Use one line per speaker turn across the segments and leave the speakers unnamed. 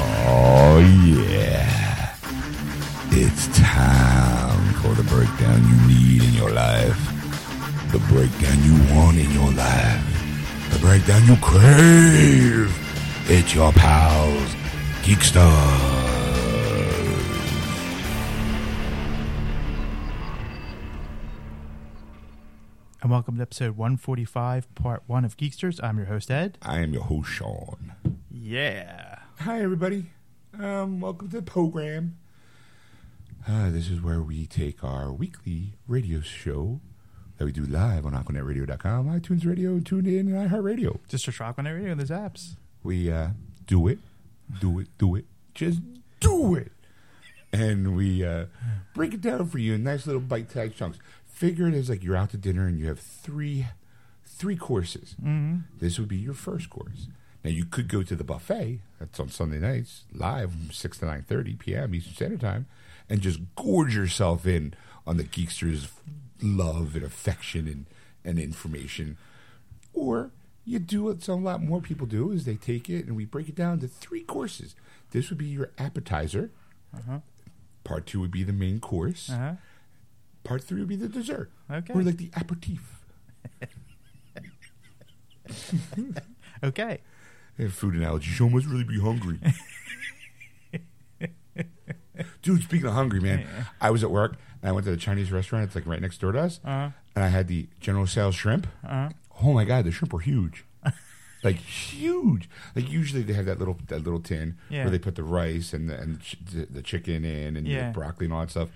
Oh, breakdown you need in your life, the breakdown you want in your life, the breakdown you crave. It's your pals, Geekstars.
And welcome to episode 145, part one of Geeksters. I'm your host, Ed.
I am your host, Sean.
Yeah.
Hi, everybody. Um, welcome to the program. Uh, this is where we take our weekly radio show that we do live on AquanetRadio.com, iTunes Radio, TuneIn, and iHeartRadio.
Just search Rock on the Radio, there's apps.
We uh, do it, do it, do it, just do it. And we uh, break it down for you in nice little bite-sized chunks. Figure it as like you're out to dinner and you have three, three courses. Mm-hmm. This would be your first course. Now you could go to the buffet. That's on Sunday nights, live from six to nine thirty p.m. Eastern Standard Time, and just gorge yourself in on the geeksters' love and affection and and information. Or you do what some a lot more people do is they take it and we break it down to three courses. This would be your appetizer.
Uh-huh.
Part two would be the main course.
Uh-huh.
Part three would be the dessert.
Okay.
Or like the aperitif.
Okay.
I have food analogy. Sean must really be hungry. Dude, speaking of hungry, man, I was at work and I went to the Chinese restaurant. It's like right next door to us.
Uh-huh.
And I had the General Sales shrimp.
Uh-huh.
Oh my God, the shrimp were huge. like huge. Like usually they have that little that little tin
Yeah.
where they put the rice and the, and the ch- the, the chicken in and
Yeah.
the broccoli and all that stuff.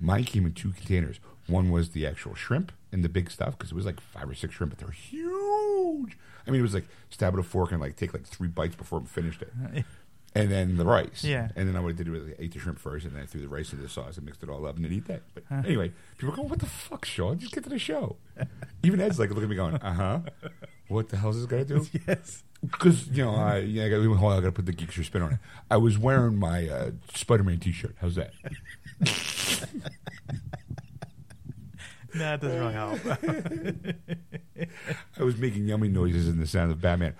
Mine came in two containers. One was the actual shrimp and the big stuff because it was like five or six shrimp, but they were huge. I mean, it was like stab with a fork and like take like three bites before I finished it. And then the rice.
Uh-huh. Yeah.
And then I what I did was I ate the shrimp first, and then I threw the rice into the sauce and mixed it all up, and then eat that. But anyway, people go, "What the fuck, Sean? Just get to the show." Even Ed's like, looking at me, going, "Uh huh. What the hell is this gonna do?"
Yes.
Because you know, I yeah, I got hold on, I got to put the geekster spin on it. I was wearing my uh, Spider-Man T-shirt. How's that?
That doesn't really help.
I was making yummy noises in the sound of Batman.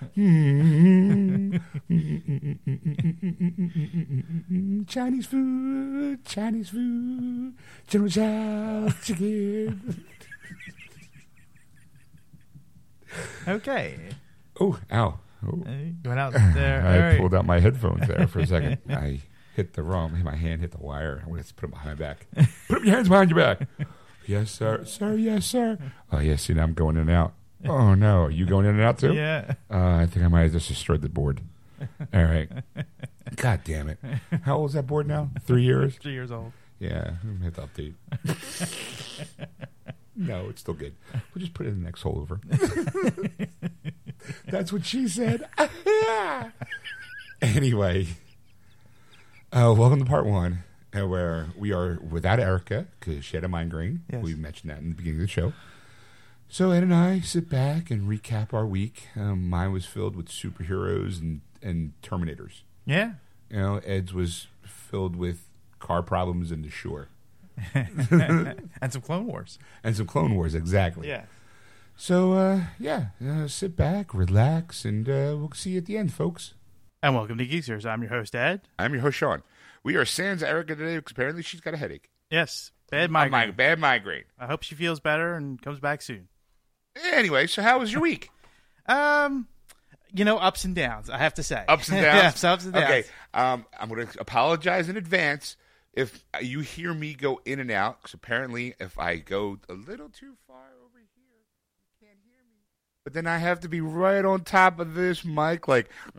Chinese food, Chinese food, General Tso's chicken.
okay.
Oh, ow! Oh.
Uh, Going out there.
I
All right.
pulled out my headphones there for a second. I hit the wrong. My hand hit the wire. I'm gonna have to put them behind my back. Put up your hands behind your back. yes, sir. Sir, yes, sir. Oh, yes. See, now I'm going in and out. Oh no, are you going in and out too?
Yeah.
Uh, I think I might have just destroyed the board. All right. God damn it. How old is that board now? Three years?
Three years old.
Yeah, I'm going to have to update. no, it's still good. We'll just put it in the next hole over. That's what she said. anyway, uh, welcome to part one, uh, where we are without Erica because she had a migraine.
Yes.
We mentioned that in the beginning of the show. So Ed and I sit back and recap our week. Um, mine was filled with superheroes and, and Terminators.
Yeah.
You know, Ed's was filled with car problems and the shore.
And some Clone Wars.
And some Clone Wars, exactly.
Yeah.
So, uh, yeah, uh, sit back, relax, and uh, we'll see you at the end, folks.
And welcome to Geeksters. I'm your host, Ed.
I'm your host, Sean. We are sans Erica today because apparently she's got a headache.
Yes. Bad
My
migraine.
bad migraine.
I hope she feels better and comes back soon.
Anyway, so how was your week?
Um, you know, ups and downs. I have to say,
Ups and downs.
yes, ups and downs.
Okay, um, I'm going to apologize in advance if you hear me go in and out because apparently if I go a little too far over here, you can't hear me. But then I have to be right on top of this mic, like.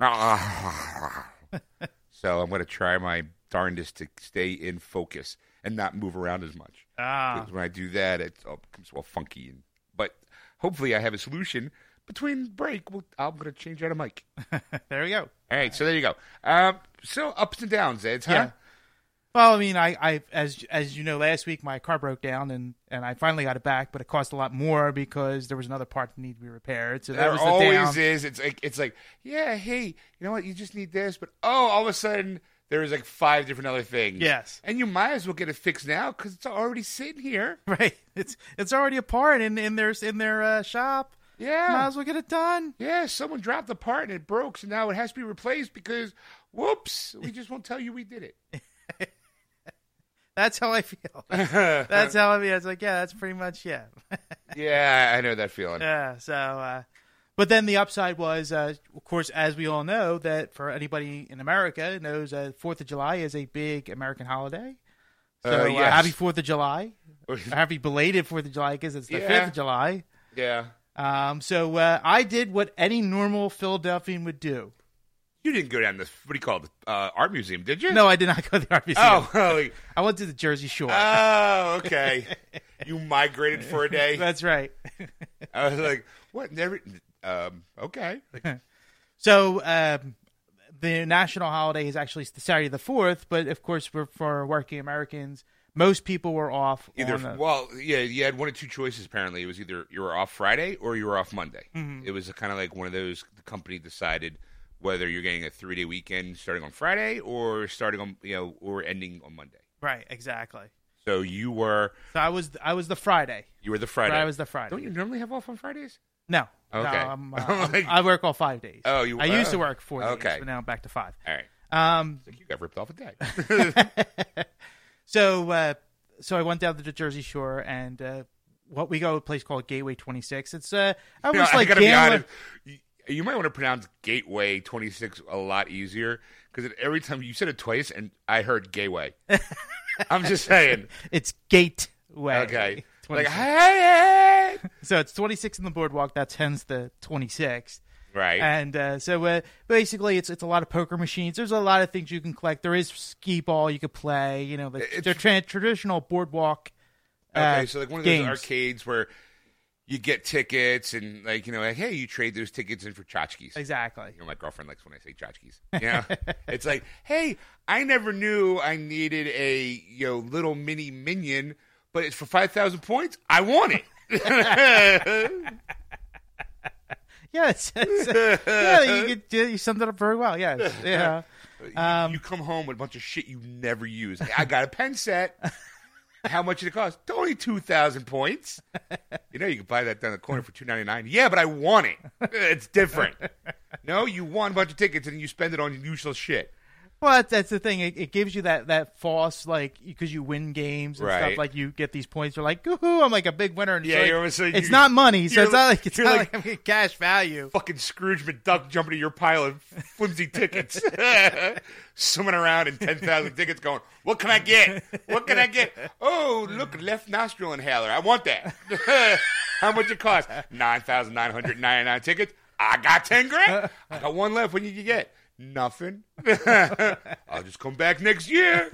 so I'm going to try my darndest to stay in focus and not move around as much.
Ah,
Because when I do that, oh, it all becomes all funky. And, but hopefully, I have a solution. Between break, we'll, I'm going to change out a mic.
there we go.
All right, so there you go. Um, so ups and downs, Ed. Huh?
Yeah. Well, I mean, I, I, as as you know, last week my car broke down and and I finally got it back, but it cost a lot more because there was another part that needed to be repaired. So that
There
was the
always
down.
is. It's like it's like yeah, hey, you know what? You just need this, but oh, all of a sudden there is like five different other things.
Yes.
and you might as well get it fixed now because it's already sitting here.
Right, it's it's already a part in in their in their uh, shop.
Yeah,
Might as well get it done.
yeah. Someone dropped the part and it broke, so now it has to be replaced because whoops, we just won't tell you we did it.
That's how I feel. That's how I feel. It's like, yeah, that's pretty much yeah.
yeah, I know that feeling.
Yeah. So, uh, but then the upside was, uh, of course, as we all know, that for anybody in America knows, uh, Fourth of July is a big American holiday. So
Uh,
uh,
yes.
happy Fourth of July. happy belated Fourth of July because it's the
Yeah.
Fifth of July.
yeah.
Um, so uh, I did what any normal Philadelphian would do.
You didn't go down this, what do you call it, the uh, art museum, did you?
No, I did not go to the RBC.
Oh, really?
I went to the Jersey Shore.
oh, okay. You migrated for a day.
That's right.
I was like, what? Never. Um, okay. Like,
So um, the national holiday is actually the Saturday the fourth, but of course, we're, for working Americans, most people were off.
either
on the-
well, yeah, you had one of two choices. Apparently, it was either you were off Friday or you were off Monday.
Mm-hmm.
It was kind of like one of those. The company decided whether you're getting a three day weekend starting on Friday or starting on you know or ending on Monday.
right, exactly.
So you were
So I was I was the Friday.
you were the Friday.
I was the Friday.
Don't you normally have off on Fridays?
No, no,
Okay.
I'm, uh,
I'm like-
I work all five days.
Oh, you-
I used to
oh.
work four days,
Okay.
but now I'm back to five.
All right.
Um,
It's like you got ripped off a day.
so uh, so I went down to the Jersey Shore and. Uh, what we go to a place called Gateway 26. It's uh, I was
I
like
gotta be
gambling-
honest. You, you might want to pronounce Gateway 26 a lot easier because every time you said it twice and I heard Gateway. I'm just saying.
It's Gateway.
Okay. Like,
26.
hey, hey.
so it's 26 in the boardwalk. That's hence the 26th.
Right.
And uh, so uh, basically, it's it's a lot of poker machines. There's a lot of things you can collect. There is skee ball you could play. You know, the,
It's-
the tra- traditional boardwalk.
okay,
uh,
so like one of
games.
those arcades where you get tickets and like you know like hey, you trade those tickets in for tchotchkes.
Exactly.
You know, my girlfriend likes when I say tchotchkes. Yeah, it's like, hey, I never knew I needed a you know little mini minion, but it's for five thousand points. I want it.
Yes. yes. yeah, you, could, you summed it up very well. Yes. Yeah.
You- you come home with a bunch of shit you never use. Like, I got a pen set. How much did it cost? Only two thousand points. You know you can buy that down the corner for two ninety nine. Yeah, but I want it. It's different. No, you won a bunch of tickets and you spend it on useless shit.
Well, that's, that's the thing. It, it gives you that, that false, like, because you win games and stuff.
Right.
Like, you get these points. You're like, woohoo, I'm like a big winner. And it's
Yeah,
like-
you're- so
It's
you-
not money. So
you're
it's not
like-
like, it's
you're
not
like-
like, I'm getting cash value.
Fucking Scrooge McDuck jumping to your pile of flimsy tickets, swimming around in ten thousand tickets, going, "What can I get? What can I get? Oh, look, left nostril inhaler. I want that. How much it cost? Nine thousand nine hundred ninety nine tickets. I got ten grand. I got one left. What did you get? Nothing. I'll just come back next year.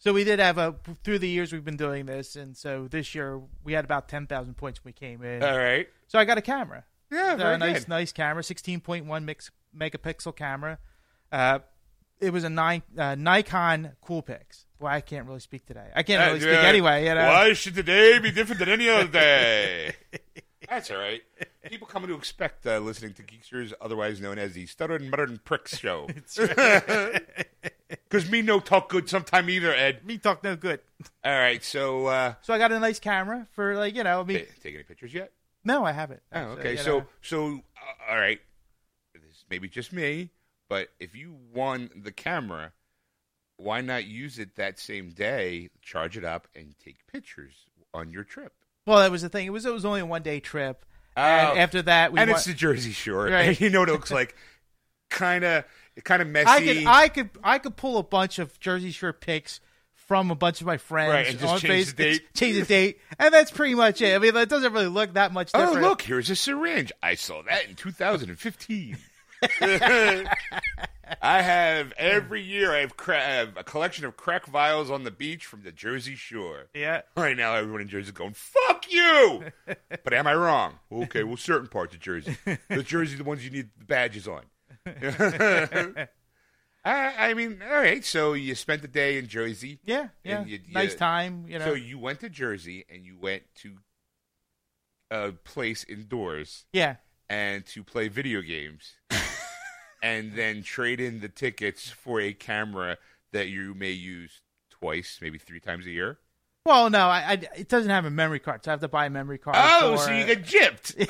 So we did have a through the years we've been doing this, and so this year we had about ten thousand points when we came in.
All right.
so I got a camera,
Uh, Yeah,
So
very
a nice,
good.
nice camera, sixteen point one mix megapixel camera. Uh, it was a nine, uh, Nikon Coolpix. Well, I can't really speak today. I can't really
Yeah.
speak anyway. You know?
Why should today be different than any other day? That's all right. People coming to expect uh, listening to Geeksters, otherwise known as the Stuttered and Muttered and Pricks Show. Because me no talk good sometime either, Ed.
Me talk no good.
All right, so uh,
So I got a nice camera for like you know. I mean,
eh, take any pictures yet?
no, I haven't.
Oh,
So,
okay.
you
So,
know.
so, uh, all right. This may be just me, but if you won the camera, why not use it that same day, charge it up, and take pictures on your trip?
well, that was the thing. It was it was only a one day trip,
Oh.
and after that we
and
wa-
it's the Jersey Shore,
Right.
and you know what it looks like. Kind of, kind of messy.
I could, I could, I could pull a bunch of Jersey Shore pics from a bunch of my friends
Right, and just
on
change
Facebook,
the date.
change the date, and that's pretty much it. I mean, that doesn't really look that much
oh,
different.
look, here's a syringe. I saw that in 2015. I have every year. I have, cra- I have a collection of crack vials on the beach from the Jersey Shore.
yeah,
Right now, everyone in Jersey is going, "Fuck you!" but am I wrong? Okay, well, certain parts of Jersey, the Jersey, the ones you need the badges on. I, I mean, all right. So you spent the day in Jersey.
yeah, yeah.
And you- you-
nice time, you know.
So you went to Jersey and you went to a place indoors
yeah,
and to play video games and then trade in the tickets for a camera that you may use twice, maybe three times a year.
well, no, I, I, it doesn't have a memory card, so I have to buy a memory card.
Oh,
for
so you
it.
get gypped.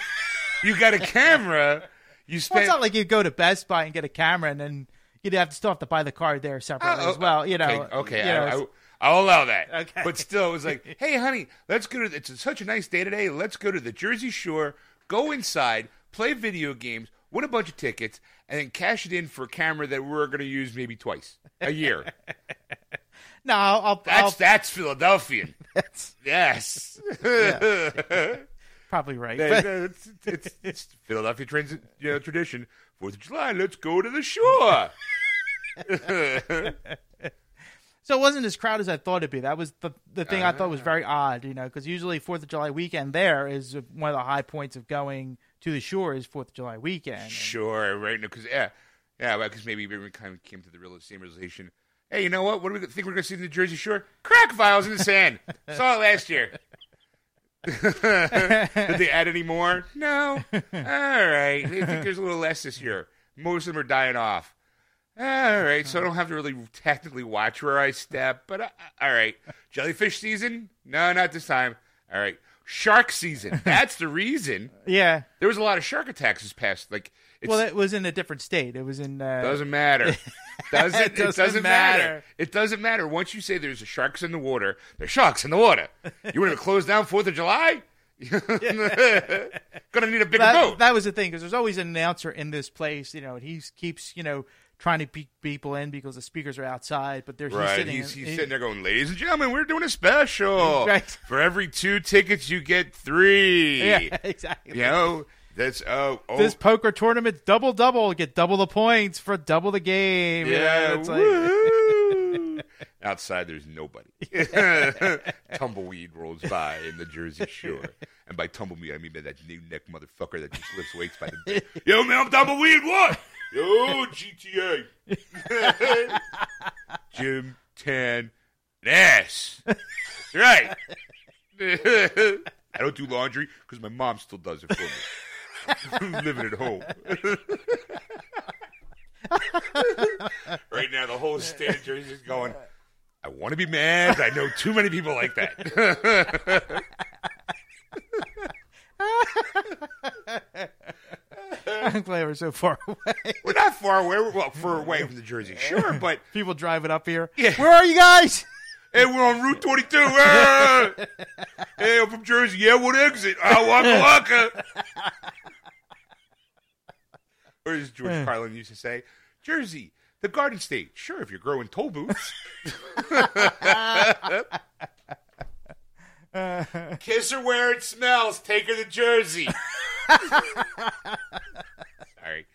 you got a camera. You
Well,
spent
it's not like you go to Best Buy and get a camera and then. you'd have to still have to buy the card there separately
Oh,
as well. You know,
Okay, okay,
you know,
I,
it's-
will allow that.
Okay.
But still, it was like, hey, honey, let's go to. It's such a nice day today. Let's go to the Jersey Shore, go inside, play video games, win a bunch of tickets, and then cash it in for a camera that we're going to use maybe twice a year.
no, I'll, I'll,
That's
I'll-
that's Philadelphian.
that's
Yes.
probably right.
Yeah,
But-
no, it's, it's, it's Philadelphia trans, you know, tradition. Fourth of July, let's go to the shore.
So it wasn't as crowded as I thought it'd be. That was the the thing I
Ah.
thought was very odd, you know, because usually Fourth of July weekend there is one of the high points of going to the shore is Fourth of July weekend.
Sure, right? Because yeah, yeah, because maybe we kind of came to the real same realization. Hey, you know what? What do we think we're going to see in the Jersey Shore? Crack vials in the sand. Saw it last year. Did they add any more? No. All right. I think there's a little less this year. Most of them are dying off. All right. So I don't have to really technically watch where I step, but uh, all right. Jellyfish season? No, not this time. All right. Shark season. That's the reason.
Yeah.
There was a lot of shark attacks this past. Like, it's,
Well, it was in a different state. It was in. Uh,
doesn't matter. Does it? it
Doesn't
doesn't, matter.
matter.
It doesn't matter. Once you say there's sharks in the water, there's sharks in the water. You want to close down Fourth of July? Gonna need a bigger
that,
boat.
that was the thing because there's always an announcer in this place, you know, and he keeps you know trying to beat people in because the speakers are outside, but there's
Right,
he's sitting.
he's,
in-
he's
he-
sitting there going, "Ladies and gentlemen, we're doing a special.
Right.
For every two tickets, you get three.
Yeah, exactly.
You know, that's oh, oh
This poker tournament double double get double the points for double the game. you know,
Yeah,
and it's like-
woo. Outside, there's nobody. Tumbleweed rolls by in the Jersey Shore, and by tumbleweed, I mean by that new neck motherfucker that just lifts weights by the day. Yo, man, I'm tumbleweed. What? Yo, GTA. Jim Tan ass. That's right. I don't do laundry because my mom still does it for me. Living at home. right now, the whole state of Jersey is going. I want to be mad. I know too many people like that.
I'm glad we're so far away.
We're not far away. We're well, far away from the Jersey Shore, but
People driving up here.
Yeah.
Where are you guys?
hey, we're on Route 22. Ah! hey, I'm from Jersey. Yeah, what exit? Ah, waka waka. or as George Carlin used to say, Jersey, the Garden State. Sure, if you're growing toll booths. Kiss her where it smells. Take her to Jersey. Sorry.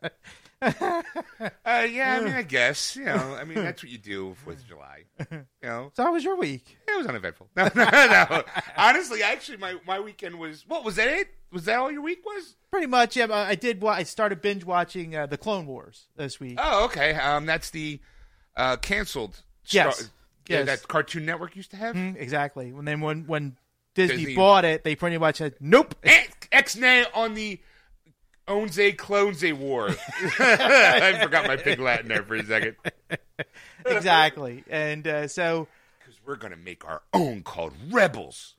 uh, yeah, I mean, I guess you know. I mean, that's what you do Fourth of July. You know,
So how was your week?
it was uneventful. No, no, no. Honestly, actually, my my weekend was. What was that? It was that all your week was?
Pretty much. Yeah, I I did. wa- I started binge watching uh, the Clone Wars this week.
Oh, okay. Um, that's the uh canceled.
Yes.
Yeah,
Yes. Mm-hmm.
that Cartoon Network used to have.
exactly. And then when when Disney,
Mm-hmm. Disney-
bought it, they pretty much said, "Nope."
X nay on the owns a clones a war. I forgot my big Latin there for a second.
exactly. And uh, so
Because we're gonna make our own called Rebels.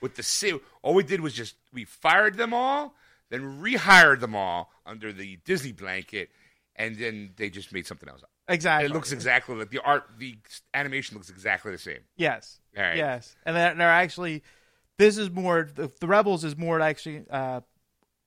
With the si- all we did was just we fired them all, then rehired them all under the Disney blanket, and then they just made something else up.
exactly.
It looks exactly like the art, the animation looks exactly the same.
Yes.
All right.
Yes. And they're, they're actually, this is more, the, the Rebels is more actually, uh,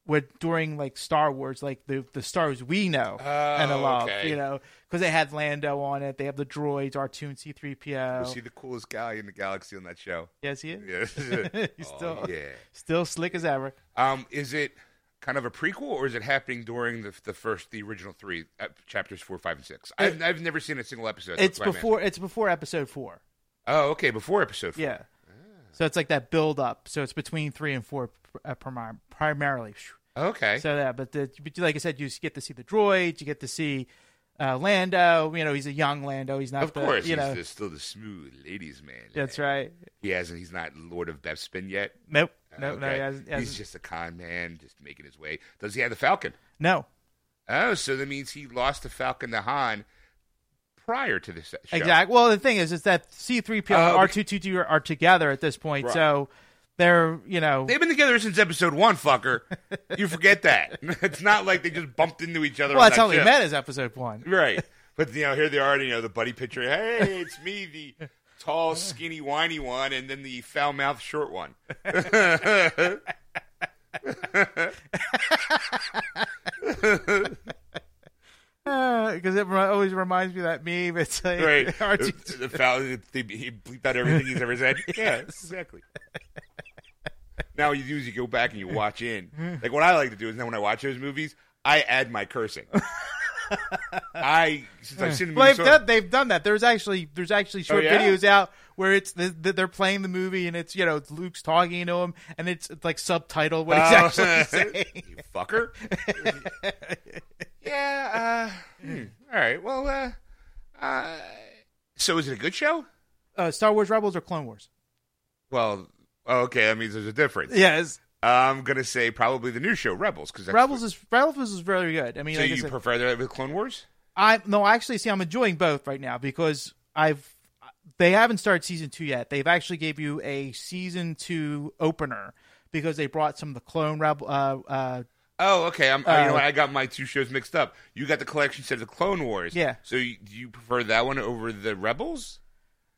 with during like Star Wars, like the the stars we know and
Oh,
love,
okay.
you know, because they had Lando on it. They have the droids, R2 and
Was
C3PO.
he the coolest guy in the galaxy on that show?
yes, he is.
Yeah.
He's
Oh,
still-
yeah.
Still slick as ever.
Um, is it kind of a prequel, or is it happening during the the first, the original three uh, chapters, four, five, and six? I've, I've never seen a single episode.
It's
That's why I'm
before it's before episode four.
asking. Oh, okay, before episode. Four.
Yeah. So it's like that build up. So it's between three and four uh, primar- primarily. Phew.
Okay.
So yeah, but, the, but like I said, you get to see the droid, you get to see uh, Lando. You know, he's a young Lando. He's not,
of
the,
course,
you
he's
know.
the- still the smooth ladies man.
That's right.
He hasn't. He's not Lord of Bespin yet.
Nope. No, no,
Okay.
he hasn't- he hasn't-
he's just a con man, just making his way. Does he have the Falcon?
no.
Oh, so that means he lost the Falcon to Han prior to this show.
Exactly. Well, the thing is, is that C three PO and
Oh,
R two two two are together at this point.
Right.
So They're you know
They've been together since episode one, fucker. You forget that. It's not like they just bumped into each other.
well
on
that's
that
how they
ship.
met is episode one.
Right. But you know, here they are, you know, the buddy picture. Hey, it's me, the tall, skinny, whiny one, and then the foul mouth short one.
Because it remi- always reminds me of that meme. It's like
Right.
Archie-
the foul they, he bleeped out everything he's ever said. Yeah, exactly. Now what you do is you go back and you watch in. Like what I like to do is now when I watch those movies, I add my cursing. I since I've seen the
Well,
movie so-
they've
Oh,
done, they've done that. There's actually there's actually short
yeah?
videos out where it's the, the, they're playing the movie and it's you know it's Luke's talking to him and it's, it's like subtitled what he's
Oh.
actually saying.
you fucker. yeah. Uh, hmm. All right. Well. Uh, uh, so is it a good show?
Uh, Star Wars Rebels or Clone Wars?
Well, oh, okay. That means there's a difference.
Yes,
I'm gonna say probably the new show, Rebels, because
Rebels is Rebels is very good. I mean,
So
like I
you
said-
prefer that with Clone Wars?
I no, actually, see, I'm enjoying both right now because I've they haven't started season two yet. They've actually gave you a season two opener because they brought some of the clone rebel. Uh, uh,
Oh, okay. I'm, I- you
Uh,
know what? I got my two shows mixed up. You got the collection set of the Clone Wars.
Yeah.
So you, do you prefer that one over the Rebels?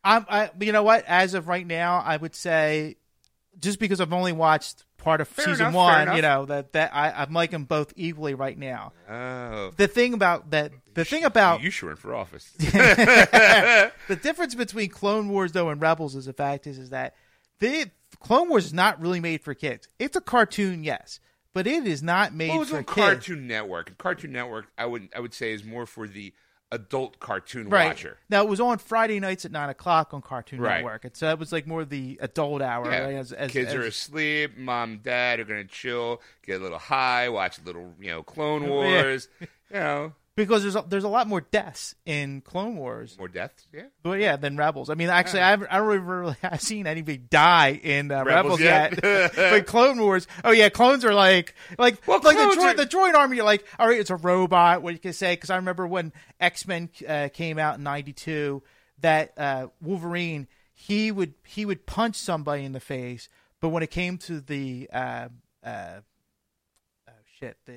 I'm, I, you know what? As of right now, I would say just because I've only watched part of
Fair
season
enough, fair
one,
enough.
you know that that I, I'm liking both equally right now.
Oh.
The thing about that, the thing about
You should run for office.
the difference between Clone Wars though and Rebels is the fact is is that the Clone Wars is not really made for kids. It's a cartoon, yes, but it is not made
Well, it was
for
on
kids.
Cartoon Network. And Cartoon Network, I would I would say, is more for the adult cartoon
right
watcher.
now, it was on Friday nights at nine o'clock on Cartoon
Right.
Network, and so it was like more the adult hour.
Yeah.
right, as, as,
Kids
as-
are asleep. Mom, and dad are gonna chill, get a little high, watch a little, you know, Clone Wars. You know,
because there's a, there's a lot more deaths in Clone Wars,
more deaths. Yeah.
but yeah, than Rebels. I mean, actually, I haven't, I don't even really have seen anybody die in uh,
Rebels
Rebels,
yet?
but Clone Wars, oh yeah, clones are like like
Well,
like the
clones
droid,
are-
the droid army. You're like, all right, it's a robot. What you can say? Because I remember when X Men uh, came out in '92, that uh, Wolverine he would he would punch somebody in the face, but when it came to the uh, uh, oh shit the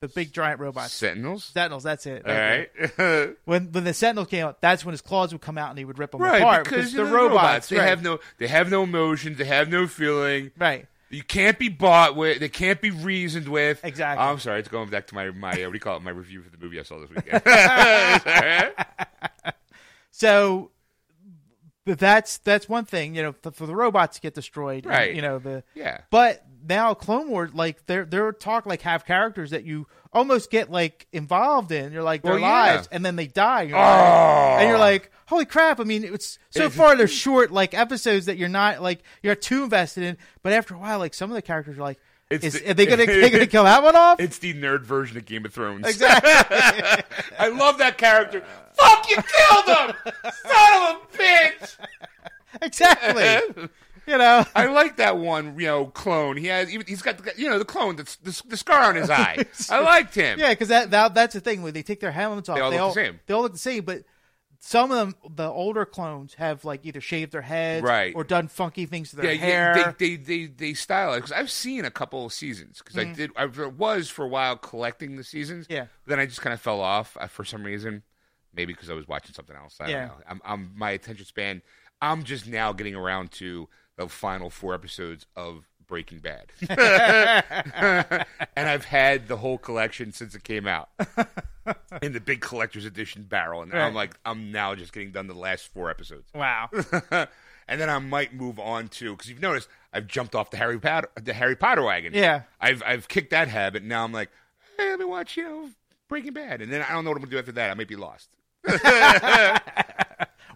the big giant robots.
Sentinels.
Sentinels, that's it.
All right.
When when the Sentinel came out, that's when his claws would come out and he would rip them
right,
apart
because
they're
they're robots. They
right.
have no they have no emotions, they have no feeling.
right.
You can't be bought with. They can't be reasoned with.
Exactly.
I'm sorry. It's going back to my my uh, what do you call it? My review for the movie I saw this weekend.
So but that's that's one thing, you know, for, for the robots to get destroyed, and,
Right.
You know the
yeah.
But now Clone Wars, like they're they're talk like have characters that you almost get like involved in. You're like their
Well, yeah.
lives, and then they die, You're like-
Oh.
and you're like, holy crap! I mean, it's so far they're short like episodes that you're not like you're too invested in. But after a while, like some of the characters are like,
It's
is,
the-
are they gonna they gonna kill that one off?
It's the nerd version of Game of Thrones.
Exactly.
I love that character. Fuck, you killed him! Son of a bitch!
exactly. you know.
I like that one, you know, clone. He has, even- he's got, the- you know, the clone, the, the, the scar on his eye. I liked him.
Yeah, because that, that that's the thing when they take their helmets off,
They all look the same.
They all look the same, but some of them, the older clones, have like either shaved their heads,
Right.
or done funky things to
Yeah,
their
you-
hair.
They, they, they, they stylize because I've seen a couple of seasons because I did I was for a while collecting the seasons.
Mm-hmm. Yeah.
then I just kind of fell off uh, for some reason, maybe because I was watching something else. I don't
Yeah.
know. I'm, I'm my attention span. I'm just now getting around to the final four episodes of Breaking Bad, and I've had the whole collection since it came out in the big collector's edition barrel, and
Right.
I'm like I'm now just getting done the last four episodes
wow.
and then I might move on to because you've noticed I've jumped off the Harry Potter the Harry Potter wagon.
Yeah.
I've I've kicked that habit. Now I'm like, hey, let me watch you know Breaking Bad, and then I don't know what I'm gonna do after that. I might be lost.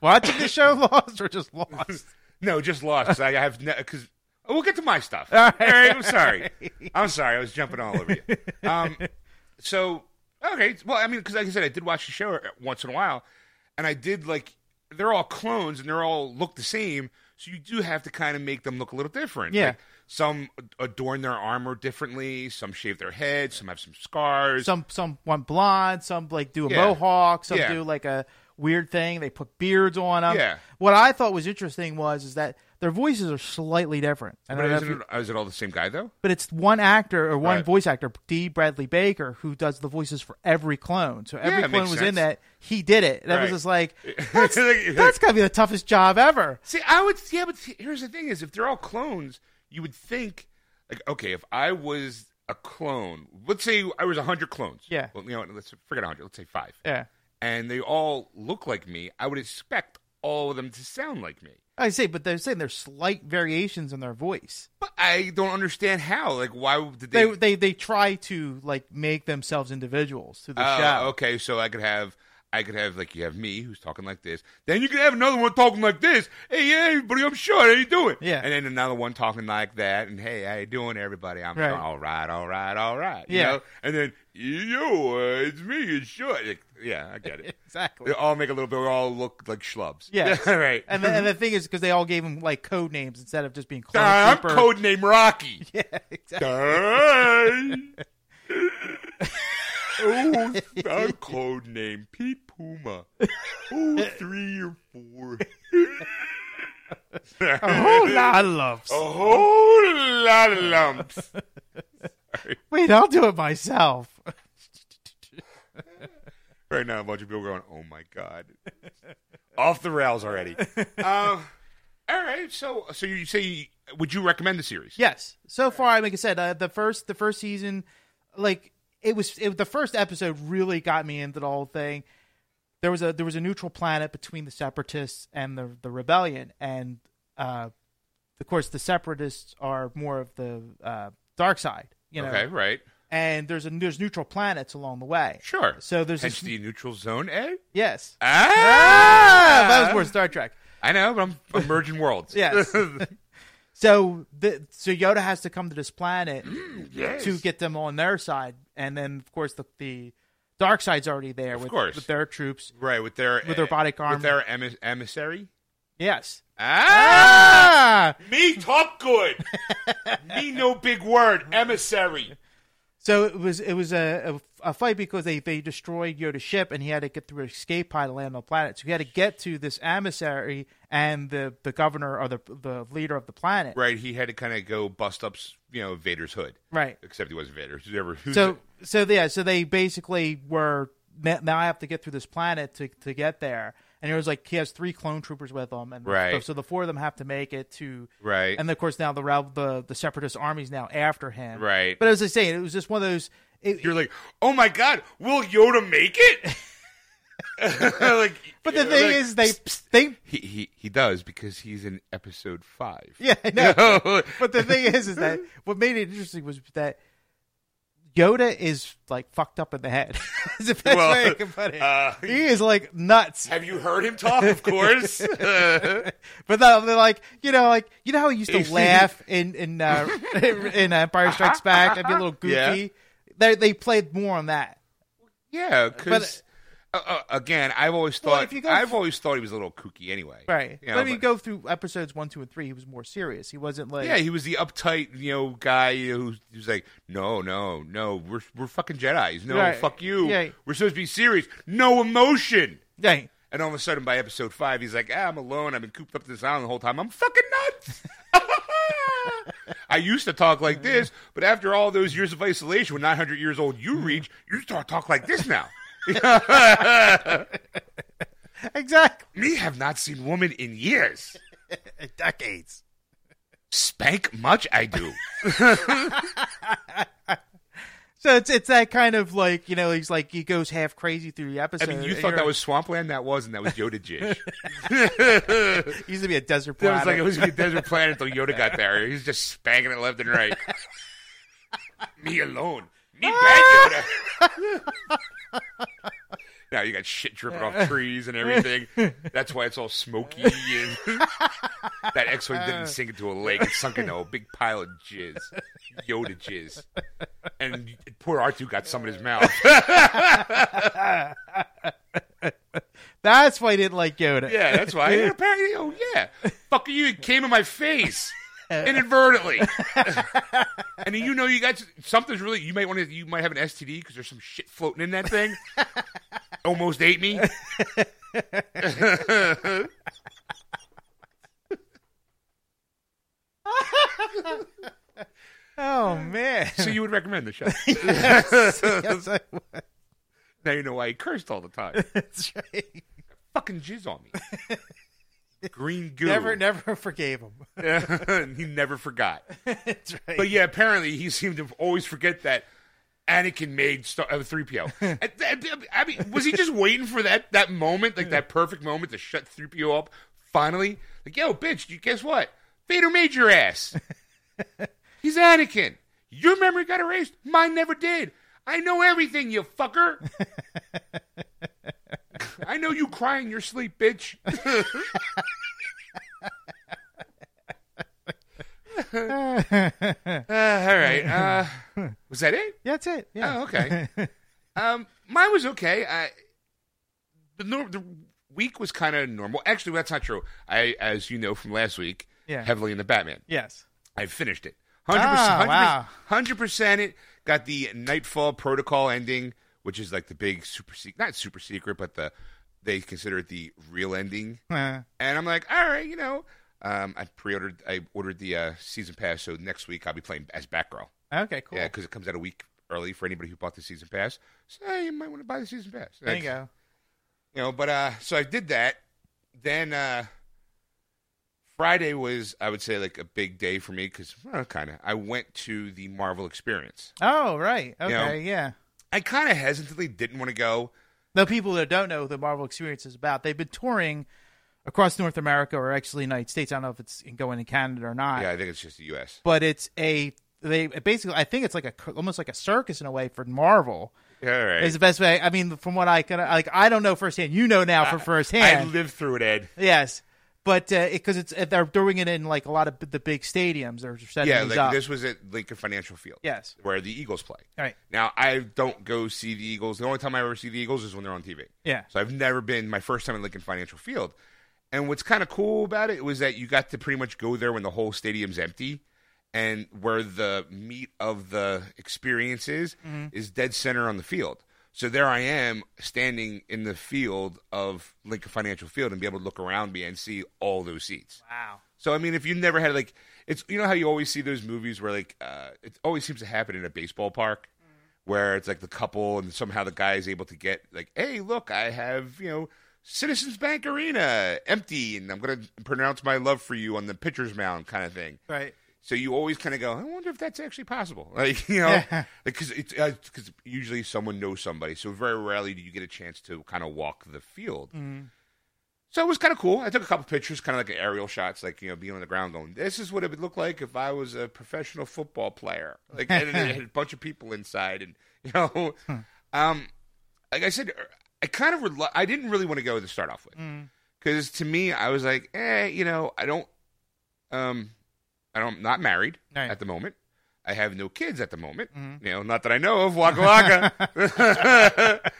Watching the show lost or just lost.
No, just lost. 'cause I have because we'll get to my stuff.
All right.
All right, I'm sorry. I'm sorry. I was jumping all over you. Um, so okay. Well, I mean, because like I said, I did watch the show once in a while, and I did like they're all clones and they're all look the same. So you do have to kind of make them look a little different.
Yeah.
Like, some adorn their armor differently. Some shave their heads. Some have some scars.
Some some want blonde, some like do a
Yeah.
mohawk, some
Yeah.
do like a weird thing. They put beards on them.
Yeah.
What I thought was interesting was is that Their voices are slightly different. I don't
But
know if
isn't
you-
it, is it all the same guy though?
but it's one actor or one
Right.
voice actor, D. Bradley Baker, who does the voices for every clone. So every
Yeah, it
clone
makes
was in
sense.
that. He did it. That was
Right.
just like that's, that's gotta be the toughest job ever.
See, I would. Yeah, but see, here's the thing: is if they're all clones, you would think, like, okay, if I was a clone, let's say I was hundred clones.
Yeah.
Well, you know, what, let's forget hundred. Let's say five.
Yeah,
And they all look like me. I would expect all of them to sound like me.
I say, but they're saying there's slight variations in their voice.
But I don't understand how. Like, why did
They
they?
they they try to like make themselves individuals through the
Oh,
show.
okay. So I could have. I could have like you have me who's talking like this, then you could have another one talking like this. Hey, yeah, everybody, I'm sure how you doing?
Yeah.
and then another one talking like that, and hey, how you doing, everybody? I'm
Right.
Sean. all right, all right, all right.
Yeah.
you know? and then yo, uh, it's me, it's sure. Like, yeah, I get it.
Exactly.
they all make a little bit. We all look like schlubs.
Yes.
all right.
And the, and the thing is, because they all gave him like code names instead of just being clone
Uh, I'm
Trooper.
code name Rocky.
Yeah, exactly.
Die. oh, I code name Pete Puma. Oh, three or four.
A whole lot of loves.
A whole lot of lumps.
Wait, I'll do it myself.
Right now, a bunch of people going, "Oh my god!" Off the rails already. Uh, all right, so so you say, you, would you recommend the series?
Yes. So far, I mean, like I said, uh, the first the first season, like it was it, the first episode really got me into the whole thing. There was a there was a neutral planet between the separatists and the the rebellion, and uh, of course the separatists are more of the uh, dark side, you know.
Okay, right.
And there's a there's neutral planets along the way.
Sure.
So there's
Hence
this,
the neutral zone, eh?
yes.
Ah,
Ah,
Uh-huh.
that was more Star Trek.
I know, but I'm I'm merging worlds.
Yes. So the so Yoda has to come to this planet
yes.
to get them on their side, and then of course the the dark side's already there with,
course.
with their troops.
Right, with their
With their body armor.
with their emis- emissary.
Yes.
Ah,
Ah!
me talk good. me no big word. Emissary.
So it was it was a, a a fight because they they destroyed Yoda's ship, and he had to get through an escape pod to land on the planet. So he had to get to this emissary and the the governor or the the leader of the planet.
Right, he had to kind of go bust up, you know, Vader's hood.
Right.
Except he wasn't Vader. Who's ever- who's
So so yeah, so they basically were now now I have to get through this planet to to get there. And it was like he has three clone troopers with him, and
Right.
so, so the four of them have to make it to
Right.
And of course now the rel- the the separatist army's now after him,
Right.
But as I say, it was just one of those. It,
you're like, oh my god, will Yoda make it? like,
but the thing
like,
is, they they
he, he he does because he's in episode five.
yeah, I know. but the thing is, is that what made it interesting was that Yoda is like fucked up in the head. Is the best
Well,
way I can put it.
uh,
he is like nuts.
Have you heard him talk? Of course.
But no, they're like, you know, like you know how he used to
He's-
laugh in in uh, in Empire Strikes Back and be a little goofy.
Yeah.
They they played more on that.
Yeah, because uh, uh, again, I've always
Well,
thought
if you go
I've
f-
always thought he was a little kooky anyway.
Right.
You know,
but when you
but-
go through episodes one, two, and three, he was more serious. He wasn't like
yeah, he was the uptight, you know, guy who's, who's like, no, no, no, we're we're fucking Jedi's. No,
Right.
fuck you.
Yeah.
We're supposed to be serious. No emotion.
Dang.
And all of a sudden, by episode five, he's like, ah, I'm alone. I've been cooped up this island the whole time. I'm fucking nuts. I used to talk like this, but after all those years of isolation, when 900 years old you reach, you start talk like this now.
Exactly.
Me have not seen woman in years.
Eh, Decades.
Spank much I do.
So it's it's that kind of like you know he's like he goes half crazy through the
I
episode.
mean, you
and
thought
you're
that was Swampland? That wasn't. That was Yoda Jish.
like, he used to be a desert
That was
planet.
like it was a desert planet until Yoda got there. He's just spanking it left and right. Me alone. Me bad Yoda. now you got shit dripping off trees and everything. That's why it's all smoky. And that X-wing didn't sink into a lake; it sunk into a big pile of jizz, Yoda jizz. And poor R two got some in his mouth.
That's why he didn't like Yoda.
Yeah, that's why. Yeah, apparently, oh yeah, fuck you! It came in my face inadvertently, and you know you got something's really. You might want to. You might have an STD because there's some shit floating in that thing. Almost ate me.
Oh man.
So you would recommend the show?
Yes, I would.
now you know why he cursed all the time.
That's right.
Fucking jizz on me. Green goo.
Never, never forgave him.
he never forgot.
That's right.
But yeah, apparently he seemed to always forget that Anakin made Star- uh, 3PO. And th- I mean, was he just waiting for that that moment, like that perfect moment to shut 3PO up finally? Like, yo, bitch, you guess what? Vader made your ass. He's Anakin. Your memory got erased. Mine never did. I know everything, you fucker. I know you cry in your sleep, bitch. Uh, all right. Uh, was that it?
That's it. Yeah.
Oh, okay. um, mine was okay. I, the, nor- the week was kind of normal. Actually, that's not true. I, as you know from last week,
Yeah.
heavily in the Batman.
Yes.
I finished it. 100%,
Ah,
100%,
wow.
100% it. Got the Nightfall Protocol ending, which is like the big super secret, not super secret, but the they consider it the real ending.
Uh,
And I'm like, all right, you know, um, I pre-ordered, I ordered the uh, season pass, so next week I'll be playing as Batgirl.
okay. Cool.
Yeah, because it comes out a week early for anybody who bought the season pass. So hey, you might want to buy the season pass.
there you go.
You know, but uh, so I did that. Then uh, Friday was, I would say, like a big day for me because kind of I went to the Marvel Experience.
Oh right. Okay.
know.
Yeah.
I kind of hesitantly didn't want to go.
Now, people that don't know what the Marvel Experience is about, they've been touring across North America or actually United States. I don't know if it's going in Canada or not.
Yeah, I think it's just the U.S.
But it's a they basically I think it's like a cir- almost like a circus in a way for Marvel.
All right.
Is the best way. I mean, from what I can like, I don't know firsthand. You know now for
I
firsthand.
lived through it, Ed.
yes. But because it's uh, they're doing it in like a lot of the big stadiums, they're setting
Yeah,
these
like
up.
this was at Lincoln Financial Field.
Yes.
Where the Eagles play.
All right.
Now I don't go see the Eagles. The only time I ever see the Eagles is when they're on TV.
Yeah.
So I've never been my first time at Lincoln Financial Field. And what's kind of cool about it was that you got to pretty much go there when the whole stadium's empty and where the meat of the experience is is dead center on the field. So there I am standing in the field of Lincoln Financial Field and be able to look around me and see all those seats.
Wow.
So I mean, if you never had like, it's you know how you always see those movies where like uh, it always seems to happen in a baseball park, where it's like the couple and somehow the guy is able to get like, hey, look, I have you know Citizens Bank Arena empty, and I'm gonna pronounce my love for you on the pitcher's mound kind of thing.
Right.
So you always kind of go, I wonder if that's actually possible, like you know, because it's because usually someone knows somebody, so very rarely do you get a chance to kind of walk the field. So it was kind of cool. I took a couple pictures, kind of like aerial shots, like you know, being on the ground, going, "This is what it would look like if I was a professional football player." Like, and it had a bunch of people inside, and you know, um, like I said, uh, I kind of rel- I didn't really want to go to start off with because to me, I was like, eh, you know, I don't, um, I don't, I'm not married
Right.
at the moment. I have no kids at the moment. You know, not that I know of. Waka waka.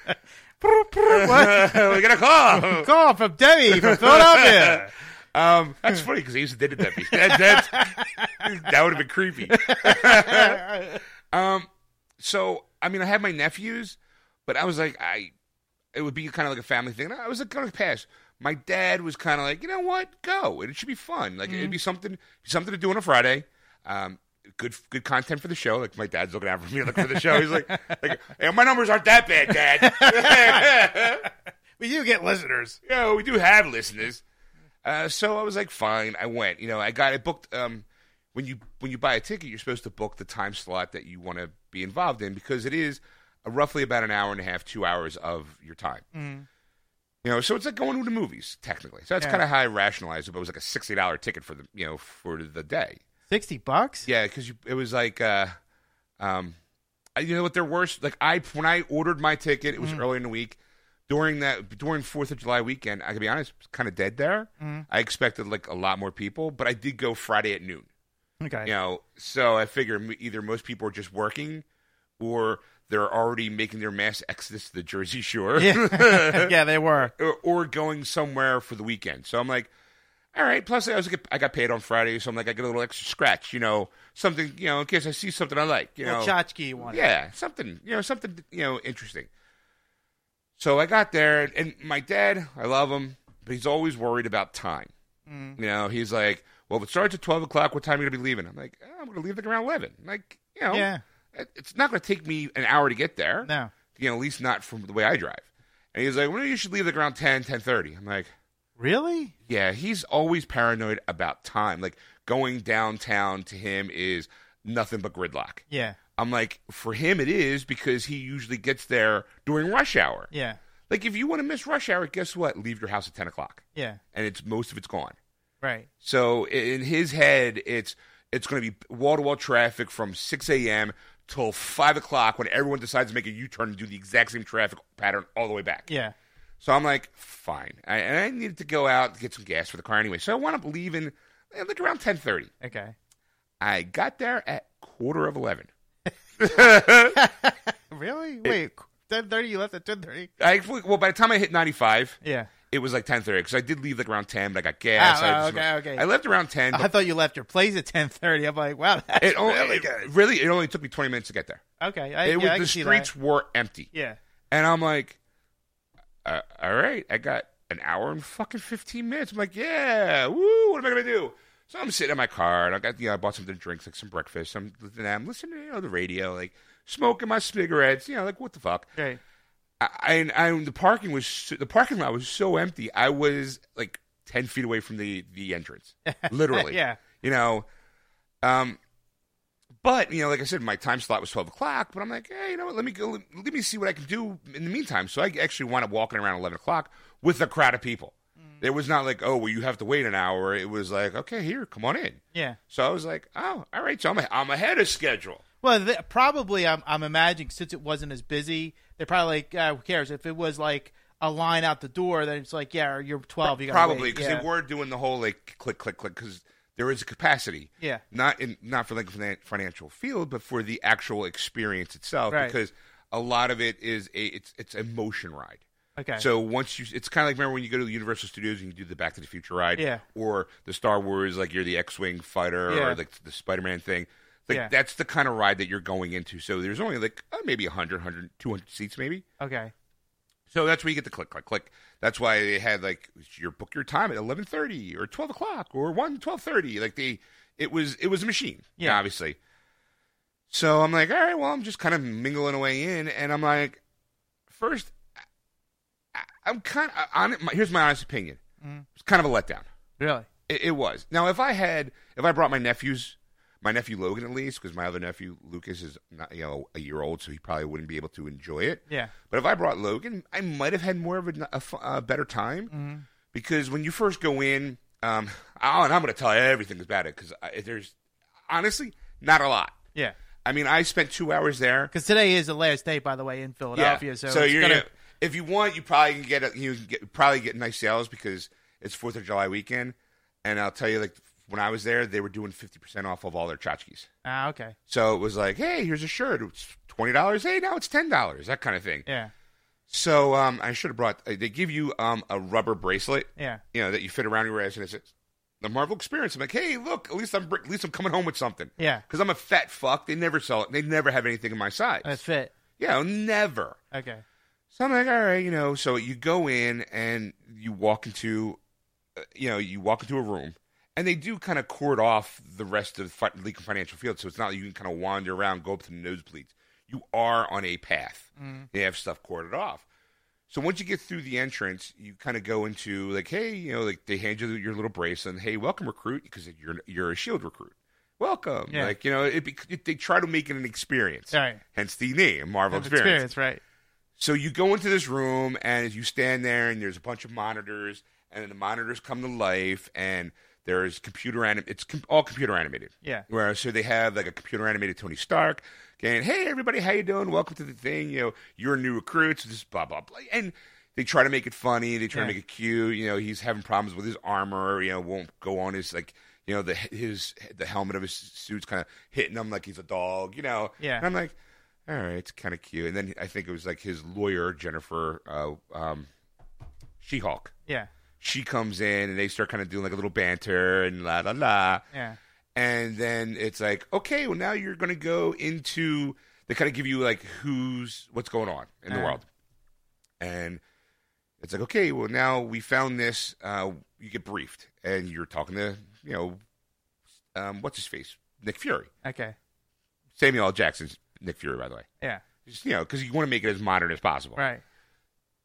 we got a call.
Call from Debbie from Philadelphia.
Um, that's funny because he used to did it that That, that- that would have been creepy. um, so I mean, I had my nephews, but I was like, I it would be kind of like a family thing. And I was like, going to pass. My dad was kind of like, you know what, go. It should be fun. Like it'd be something, something to do on a Friday. Um, good, good content for the show. Like my dad's looking out for me, looking for the show. He's like, like, hey, my numbers aren't that bad, Dad.
we do get listeners.
you know, we do have listeners. Uh, so I was like, fine, I went. You know, I got it booked. Um, when you when you buy a ticket, you're supposed to book the time slot that you want to be involved in because it is uh roughly about an hour and a half, two hours of your time. You know, so it's like going to the movies technically. So that's
Mm. Yeah.
kind of how I rationalized it. But it was like a sixty dollar ticket for the you know for the day.
Sixty bucks.
Yeah, because it was like, uh, um, I- you know what? They're worse. Like I, when I ordered my ticket, it was early in the week. During that, during Fourth of July weekend, I can be honest, it's kind of dead there. I expected like a lot more people, but I did go Friday at noon.
Okay.
You know, so I figure m- either most people are just working, or they're already making their mass exodus to the Jersey Shore
Yeah. yeah, they were.
or, or going somewhere for the weekend. So I'm like, all right. Plus, I also get I got paid on Friday, so I'm like, I get a little extra scratch, you know, something, you know, in case I see something I like, you know,
Little tchotchke one.
yeah, something, you know, something, you know, interesting. So I got there,
Mm.
and my dad, I love him, but he's always worried about time. You know, he's like, well, if it starts at 12 o'clock, what time are you going to be leaving? I'm like, "Oh, I'm going to leave like around 11. Like, you know,
Yeah.
it- it's not going to take me an hour to get there.
No.
You know, at least not from the way I drive. And he's like, well, you should leave like around 10, 10.30. I'm like,
Really?
yeah, he's always paranoid about time. Like, going downtown to him is nothing but gridlock.
Yeah.
I'm like, for him, it is because he usually gets there during rush hour.
Yeah.
Like, if you want to miss rush hour, guess what? Leave your house at 10 o'clock,
Yeah.
and it's most of it's gone.
Right.
So i- in his head, it's it's going to be wall to wall traffic from 6 a.m. till 5 o'clock when everyone decides to make a U turn and do the exact same traffic pattern all the way back.
Yeah.
So I'm like, fine. I, and I needed to go out to get some gas for the car anyway. So I wound up leaving eh, like around 10:30.
Okay.
I got there at quarter of 11.
Really? Wait. Ten thirty. You left at ten thirty.
I actually- well, by the time I hit 95.
Yeah.
It was like 10:30 because I did leave like around 10, but I got gas.
Oh,
I
oh,
had some-
okay, okay.
I left around 10.
I
But
thought you left your place at ten thirty. I'm like, wow. That's
it only,
really
it-
good.
really, it only took me 20 minutes to get there.
Okay. I,
It
Uh, yeah,
was
I can
the
see
streets
That.
were empty,
Yeah.
and I'm like, uh, all right, I got an hour and fucking 15 minutes. I'm like, yeah, woo, what am I gonna do? So I'm sitting in my car, and I got you know, I bought something to drink, like some breakfast. I'm, I'm listening to you know, the radio, like smoking my cigarettes, you know, like what the fuck.
Great.
I, and I, the parking was so, the parking lot was so empty. I was like ten feet away from the the entrance, literally.
Yeah.
you know, um, but you know, like I said, my time slot was twelve o'clock. But I'm like, hey, you know what? Let me go. Let, me see what I can do in the meantime. So I actually wound up walking around eleven o'clock with a crowd of people. It was not like, oh, well, you have to wait an hour. It was like, okay, here, come on in.
Yeah.
So I was like, oh, all right. So I'm I'm ahead of schedule.
Well, th- probably I'm, I'm imagining since it wasn't as busy, they're probably like, uh, who cares? If it was like a line out the door, then it's like, yeah, you're 12. You gotta
probably
wait.
because
yeah.
they were doing the whole like click click click because there is a capacity
Yeah.
not in not for like finan- financial field but for the actual experience itself
Right.
because a lot of it is a it's it's a motion ride
Okay.
so once you it's kind of like remember when you go to the universal studios and you do the back to the future ride
Yeah.
or the star wars like you're the x-wing fighter
Yeah.
or like the spider-man thing like
Yeah.
that's the kind of ride that you're going into so there's only like uh, maybe 100 100 200 seats maybe
okay.
so that's where you get the click, click, click. That's why they had like your book your time at eleven thirty or twelve o'clock or one twelve thirty. Like they, it was it was a machine,
Yeah.
obviously. So I'm like, all right, well, I'm just kind of mingling away in, and I'm like, first, I, I'm kind of on it. my- Here's my honest opinion: it's kind of a letdown.
Really?
It, it was. Now, if I had, if I brought my nephews, my nephew Logan at least, because my other nephew Lucas is not, you know, a year old, so he probably wouldn't be able to enjoy it.
Yeah.
But if I brought Logan, I might have had more of a, a fu- a better time
Mm-hmm.
because when you first go in, um, oh, and I'm going to tell you everything about it because there's honestly not a lot.
Yeah.
I mean, I spent two hours there.
Because today is the last day, by the way, in Philadelphia. So, it's
you're
gonna,
gonna- if you want, you probably can get a, you can get, probably get nice sales because it's Fourth of July weekend, and I'll tell you, like when I was there, they were doing fifty percent off of all their tchotchkes.
Ah, okay.
So it was like, hey, here's a shirt, it's twenty dollars. Hey, now it's ten dollars. That kind of thing.
Yeah.
So um, I should have brought. uh, They give you um a rubber bracelet,
Yeah.
you know, that you fit around your ass, and it's it's the Marvel experience. I'm like, hey, look, at least I'm br- at least I'm coming home with something.
Yeah.
because I'm a fat fuck. They never sell it. They never have anything in my size.
That's fit.
yeah, never.
Okay.
So I'm like, all right, you know. So you go in and you walk into, uh, you know, you walk into a room, and they do kind of cord off the rest of fi- league and financial field. So it's not like you can kind of wander around, go up to the nosebleeds. You are on a path. They have stuff corded off. So once you get through the entrance, you kind of go into like, hey, you know, like they hand you your little bracelet. And, hey, welcome recruit, because you're you're a shield E recruit. Welcome,
Yeah.
like you know, it, bec it, they try to make it an experience.
All right.
Hence the name, Marvel experience.
Experience, right.
So you go into this room and you stand there and there's a bunch of monitors and the monitors come to life and there's computer anim it's com- all computer animated.
Yeah.
Where so they have like a computer animated Tony Stark and hey everybody how you doing welcome to the thing you know you're new recruits this blah blah blah and they try to make it funny they try
Yeah.
to make it cute you know he's having problems with his armor you know won't go on his like you know the his the helmet of his suit's kind of hitting him like he's a dog you know
Yeah.
and I'm like all right it's kind of cute and then I think it was like his lawyer Jennifer uh, um, She Hulk
Yeah.
she comes in and they start kind of doing like a little banter and la la la
Yeah.
and then it's like okay well now you're going to go into they kind of give you like who's what's going on in the
Uh.
world and it's like okay well now we found this uh, you get briefed and you're talking to you know um, what's his face? Nick Fury.
Okay.
Samuel L. Jackson's Nick Fury, by the way.
Yeah.
Just, you know, because you want to make it as modern as possible.
Right.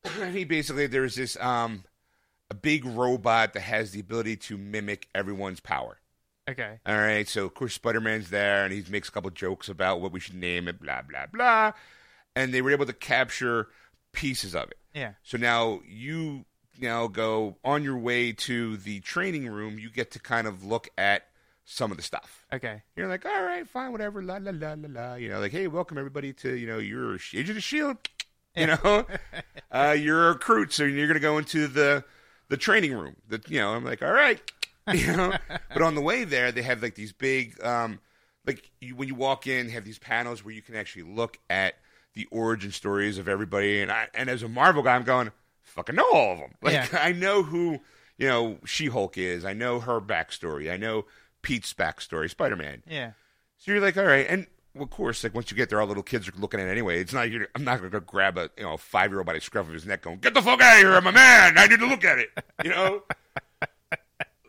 And he basically there's this um, a big robot that has the ability to mimic everyone's power.
Okay.
All right, so of course Spider Man's there, and he makes a couple jokes about what we should name it, blah blah blah, and they were able to capture pieces of it.
Yeah.
So now you now go on your way to the training room. You get to kind of look at some of the stuff.
Okay.
You're like, all right, fine, whatever, la la la la la. You know, like, hey, welcome everybody to you know your sh- Agent of Shield. You know, uh, you're a recruit, so you're gonna go into the the training room. The you know, I'm like, all right, you know. but on the way there, they have like these big, um, like you, when you walk in, have these panels where you can actually look at the origin stories of everybody. And I and as a Marvel guy, I'm going, fucking know all of them. Like
Yeah.
I know who you know She Hulk is. I know her backstory. I know Pete's backstory. Spider Man.
Yeah.
So you're like, all right, and well, of course, like once you get there, all little kids are looking at it anyway. It's not you're, I'm not going to grab a you know five year old by the scruff of his neck, going, "Get the fuck out of here! I'm a man. I need to look at it." You know,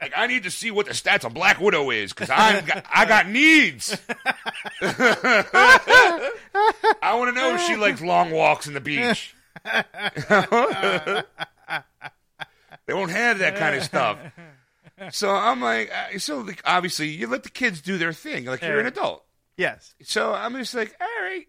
like I need to see what the stats on Black Widow is because I got, I got needs. I want to know if she likes long walks in the beach. they won't have that kind of stuff. So I'm like, uh, so like, obviously you let the kids do their thing. Like you're an
Yeah.
adult.
Yes.
So I'm just like, all right.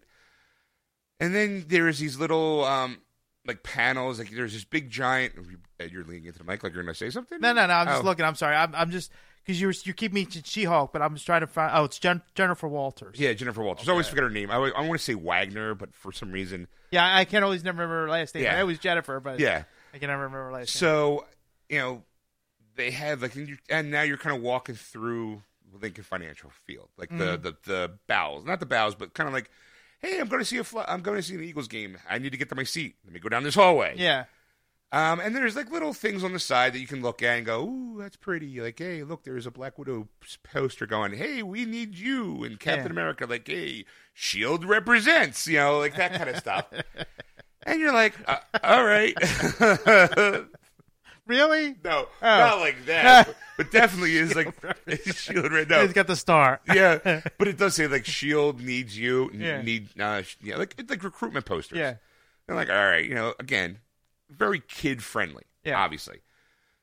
And then there's these little um like panels. Like there's this big giant. Ed, You're leaning into the mic like you're gonna say something.
No, no, no. I'm just
Oh.
looking. I'm sorry. I'm, I'm just because you were, you keep me to She-Hulk, but I'm just trying to find. Oh, it's Jen, Jennifer Walters.
Yeah, Jennifer Walters. I always forget her name. I, always- I want to say Wagner, but for some reason,
Yeah, I can't always never remember her last name.
Yeah.
It was Jennifer, but
yeah.
I can never remember her last name.
So you know, they have like, and, you and now you're kind of walking through Lincoln Financial Field, like
Mm-hmm.
the, the the bowels, not the bowels, but kind of like, hey, I'm going to see a fly- I'm going to see an Eagles game. I need to get to my seat. Let me go down this hallway.
Yeah.
Um, and there's like little things on the side that you can look at and go, "Ooh, that's pretty." Like, hey, look, there's a Black Widow poster going, "Hey, we need you," and Captain
Yeah.
America, like, "Hey, Shield E represents," you know, like that kind of stuff. and you're like, uh, "All right,
Really?
no, not like that, but, but definitely is like Shield E right now."
E He's got the star.
yeah, but it does say like Shield E needs you, n-
Yeah.
need uh, sh- yeah, like it's like recruitment posters.
Yeah.
They're like, all right, you know, again, very kid friendly,
Yeah.
obviously.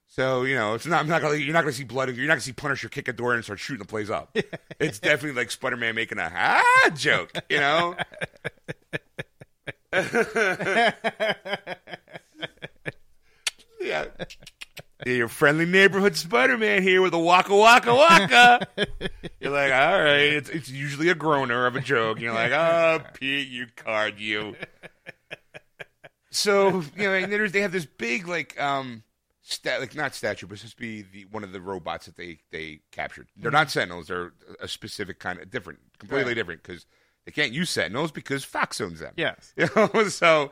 So you know, it's not. I'm not gonna. You're not gonna see blood. and You're not gonna see Punisher kick a door and start shooting the place up. it's definitely like Spider Man making a ha joke. You know. yeah. Yeah, your friendly neighborhood Spider Man here with a waka waka waka. you're like, all right, it's, it's usually a groaner of a joke. You're like, oh, Pete, you card you. So you know, and there's, they have this big like um, stat like not statue, but it's supposed to be the one of the robots that they they captured. They're not Sentinels; they're a specific kind of different, completely
Right.
different because they can't use Sentinels because Fox owns them.
Yes.
You know, so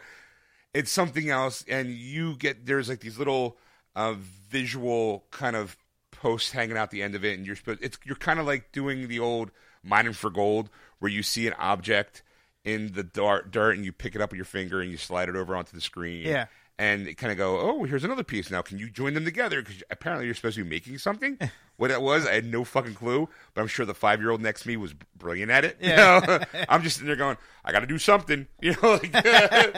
it's something else, and you get there's like these little uh, visual kind of posts hanging out the end of it, and you're supposed it's you're kind of like doing the old mining for gold, where you see an object in the dark dirt, and you pick it up with your finger, and you slide it over onto the screen,
Yeah.
and it kind of go, oh, here's another piece. Now, can you join them together? Because apparently you're supposed to be making something. What that was, I had no fucking clue. But I'm sure the five year old next to me was brilliant at it. You
Yeah.
know? I'm just sitting there going, I got to do something. You know, like,
Paid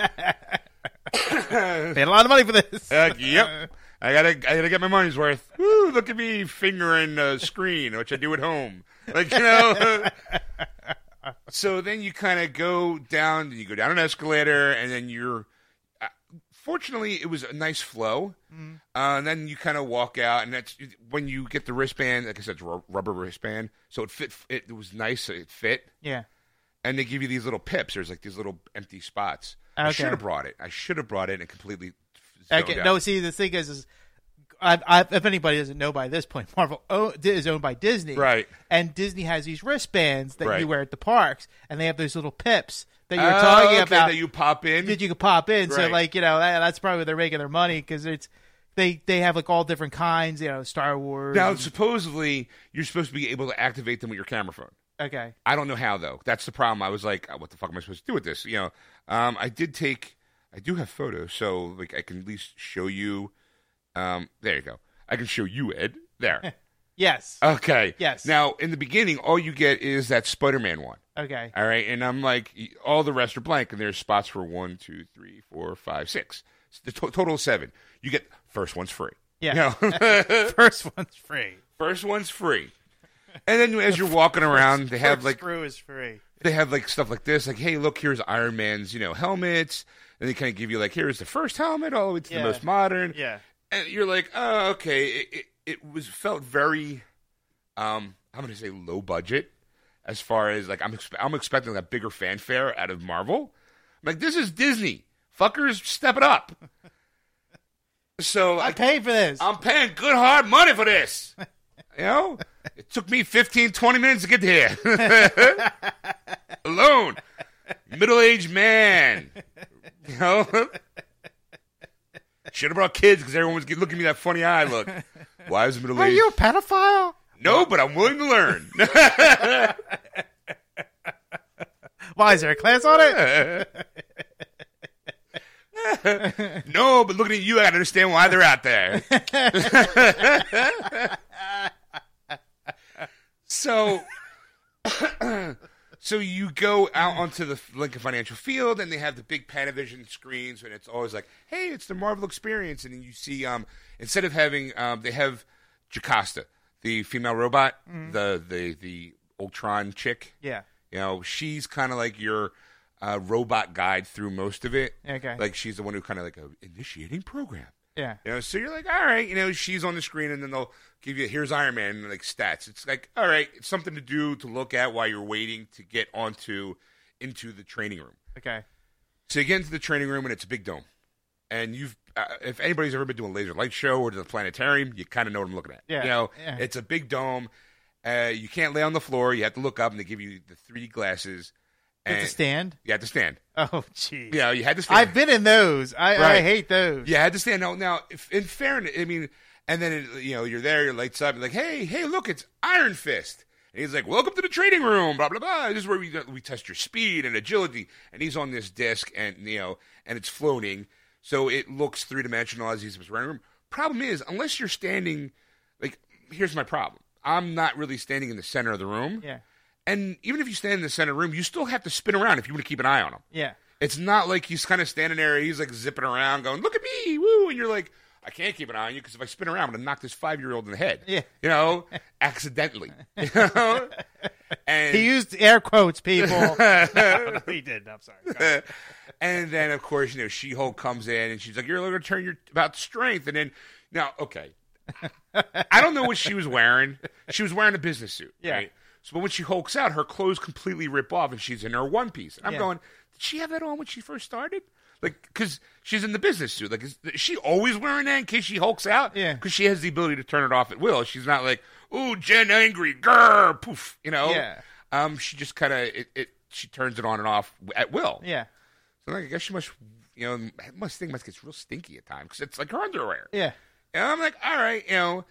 a lot of money for this.
Heck, yep. I gotta, I gotta get my money's worth. Woo, look at me fingering a screen, which I do at home. Like you know. so then you kind of go down, you go down an escalator, and then you're. uh, Fortunately, it was a nice flow,
Mm-hmm.
uh, and then you kind of walk out, and that's when you get the wristband. Like I said, it's a ru- rubber wristband, so it fit. It was nice, it fit,
yeah.
and they give you these little pips. There's like these little empty spots. I
Okay.
should have brought it. I should have brought it and completely. zoned
Okay.
out.
No, see, the thing is, is I, I, if anybody doesn't know by this point, Marvel o- is owned by Disney,
Right.
And Disney has these wristbands that
Right.
you wear at the parks, and they have those little pips that you were
Oh,
talking
okay,
about
that you pop in.
that you could pop in. So,
Right.
like, you know, that, that's probably where they're making their money because it's they they have like all different kinds, you know, Star Wars.
now, supposedly, you're supposed to be able to activate them with your camera phone.
okay,
I don't know how though. That's the problem. I was like, "Oh, what the fuck am I supposed to do with this? You know, um, I did take. I do have photos, so like I can at least show you. Um, there you go. I can show you Ed there.
Yes.
Okay.
Yes.
Now, in the beginning, all you get is that Spider Man one.
Okay.
All right. And I'm like, all the rest are blank, and there's spots for one, two, three, four, five, six. It's the to- total of seven. You get first one's free.
Yeah.
You know?
First one's free.
first one's free. And then as you're walking around, they have
First
like
screw is free.
they have like stuff like this, like, hey, look, here's Iron Man's, you know, helmets, and they kind of give you like, here's the first helmet, all the way to
Yeah.
the most modern,
Yeah.
and you're like, oh, okay, it, it, it was felt very, um, I'm gonna say low budget, as far as like I'm expe- I'm expecting a bigger fanfare out of Marvel, I'm like this is Disney, fuckers, step it up. So
I
like,
pay for this.
I'm paying good hard money for this. You know? It took me 15, 20 minutes to get here. Alone. Middle aged man. You know? Should have brought kids because everyone was get- looking at me that funny eye look. Why is middle
Are
aged?
you a pedophile?
No, but I'm willing to learn.
Why is there a class on it?
no, but looking at you, I gotta understand why they're out there. so, so you go out onto the Lincoln Financial Field, and they have the big Panavision screens, and it's always like, "Hey, it's the Marvel Experience," and then you see, um, instead of having, um, they have Jocasta, the female robot, the the the Ultron chick.
Yeah.
You know, she's kind of like your uh, robot guide through most of it.
Okay.
Like she's the one who kind of like a initiating program.
Yeah.
You know, so you're like, all right, you know, she's on the screen, and then they'll give you here's Iron Man and like stats. It's like, all right, it's something to do to look at while you're waiting to get onto into the training room.
Okay.
So you get into the training room, and it's a big dome. And you've, uh, if anybody's ever been to a laser light show or to the planetarium, you kind of know what I'm looking at.
Yeah,
You know,
yeah.
it's a big dome. Uh, you can't lay on the floor. You have to look up, and they give you the 3D glasses.
Get to
and-
stand.
You had to stand.
Oh, jeez.
Yeah, you had to stand.
I've been in those. I, I
Right.
hate those.
You had to stand out. Now, if, in fairness, I mean, and then it, you know you're there, your lights up, you're like, hey, hey, look, it's Iron Fist, and he's like, welcome to the training room, blah blah blah. This is where we we test your speed and agility, and he's on this disc, and you know, and it's floating, so it looks three dimensional as he's running room. Problem is, unless you're standing, like, here's my problem. I'm not really standing in the center of the room.
Yeah.
And even if you stand in the center of the room, you still have to spin around if you want to keep an eye on him.
Yeah.
It's not like he's kind of standing there. He's like zipping around, going, "Look at me, woo!" And you're like, "I can't keep an eye on you because if I spin around, I'm gonna knock this five year old in the head."
Yeah.
you know, accidentally. You know? and
He used air quotes, people. no, he didn't. I'm sorry. Go ahead.
and then of course you know She Hulk comes in and she's like, "You're going to turn your about strength." And then now, okay, I don't know what she was wearing. She was wearing a business suit,
Yeah.
right? So, but when she hulks out, her clothes completely rip off, and she's in her one piece. And I'm
Yeah.
going, did she have that on when she first started? Like, because she's in the business suit. Like, is, is she always wearing that in case she hulks out?
Yeah.
Because she has the ability to turn it off at will. She's not like, ooh, Jen angry, grr, poof. You know.
Yeah.
Um, she just kind of it, it. She turns it on and off at will.
Yeah.
So like, I guess she must, you know, must thing must gets real stinky at times because it's like her underwear.
Yeah.
And I'm like, all right, you know.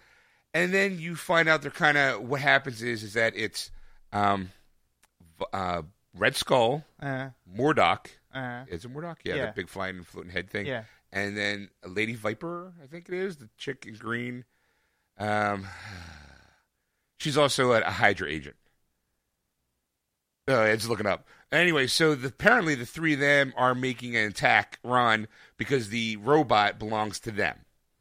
And then you find out they're kind of what happens is is that it's um, v- uh, Red Skull,
Uh,
Mordock.
uh,
Is it Mordock? Yeah,
Yeah.
that big flying and floating head thing.
Yeah.
And then Lady Viper, I think it is the chick in green. Um, she's also a, a Hydra agent. Uh, it's looking up. Anyway, so the, apparently the three of them are making an attack run because the robot belongs to them.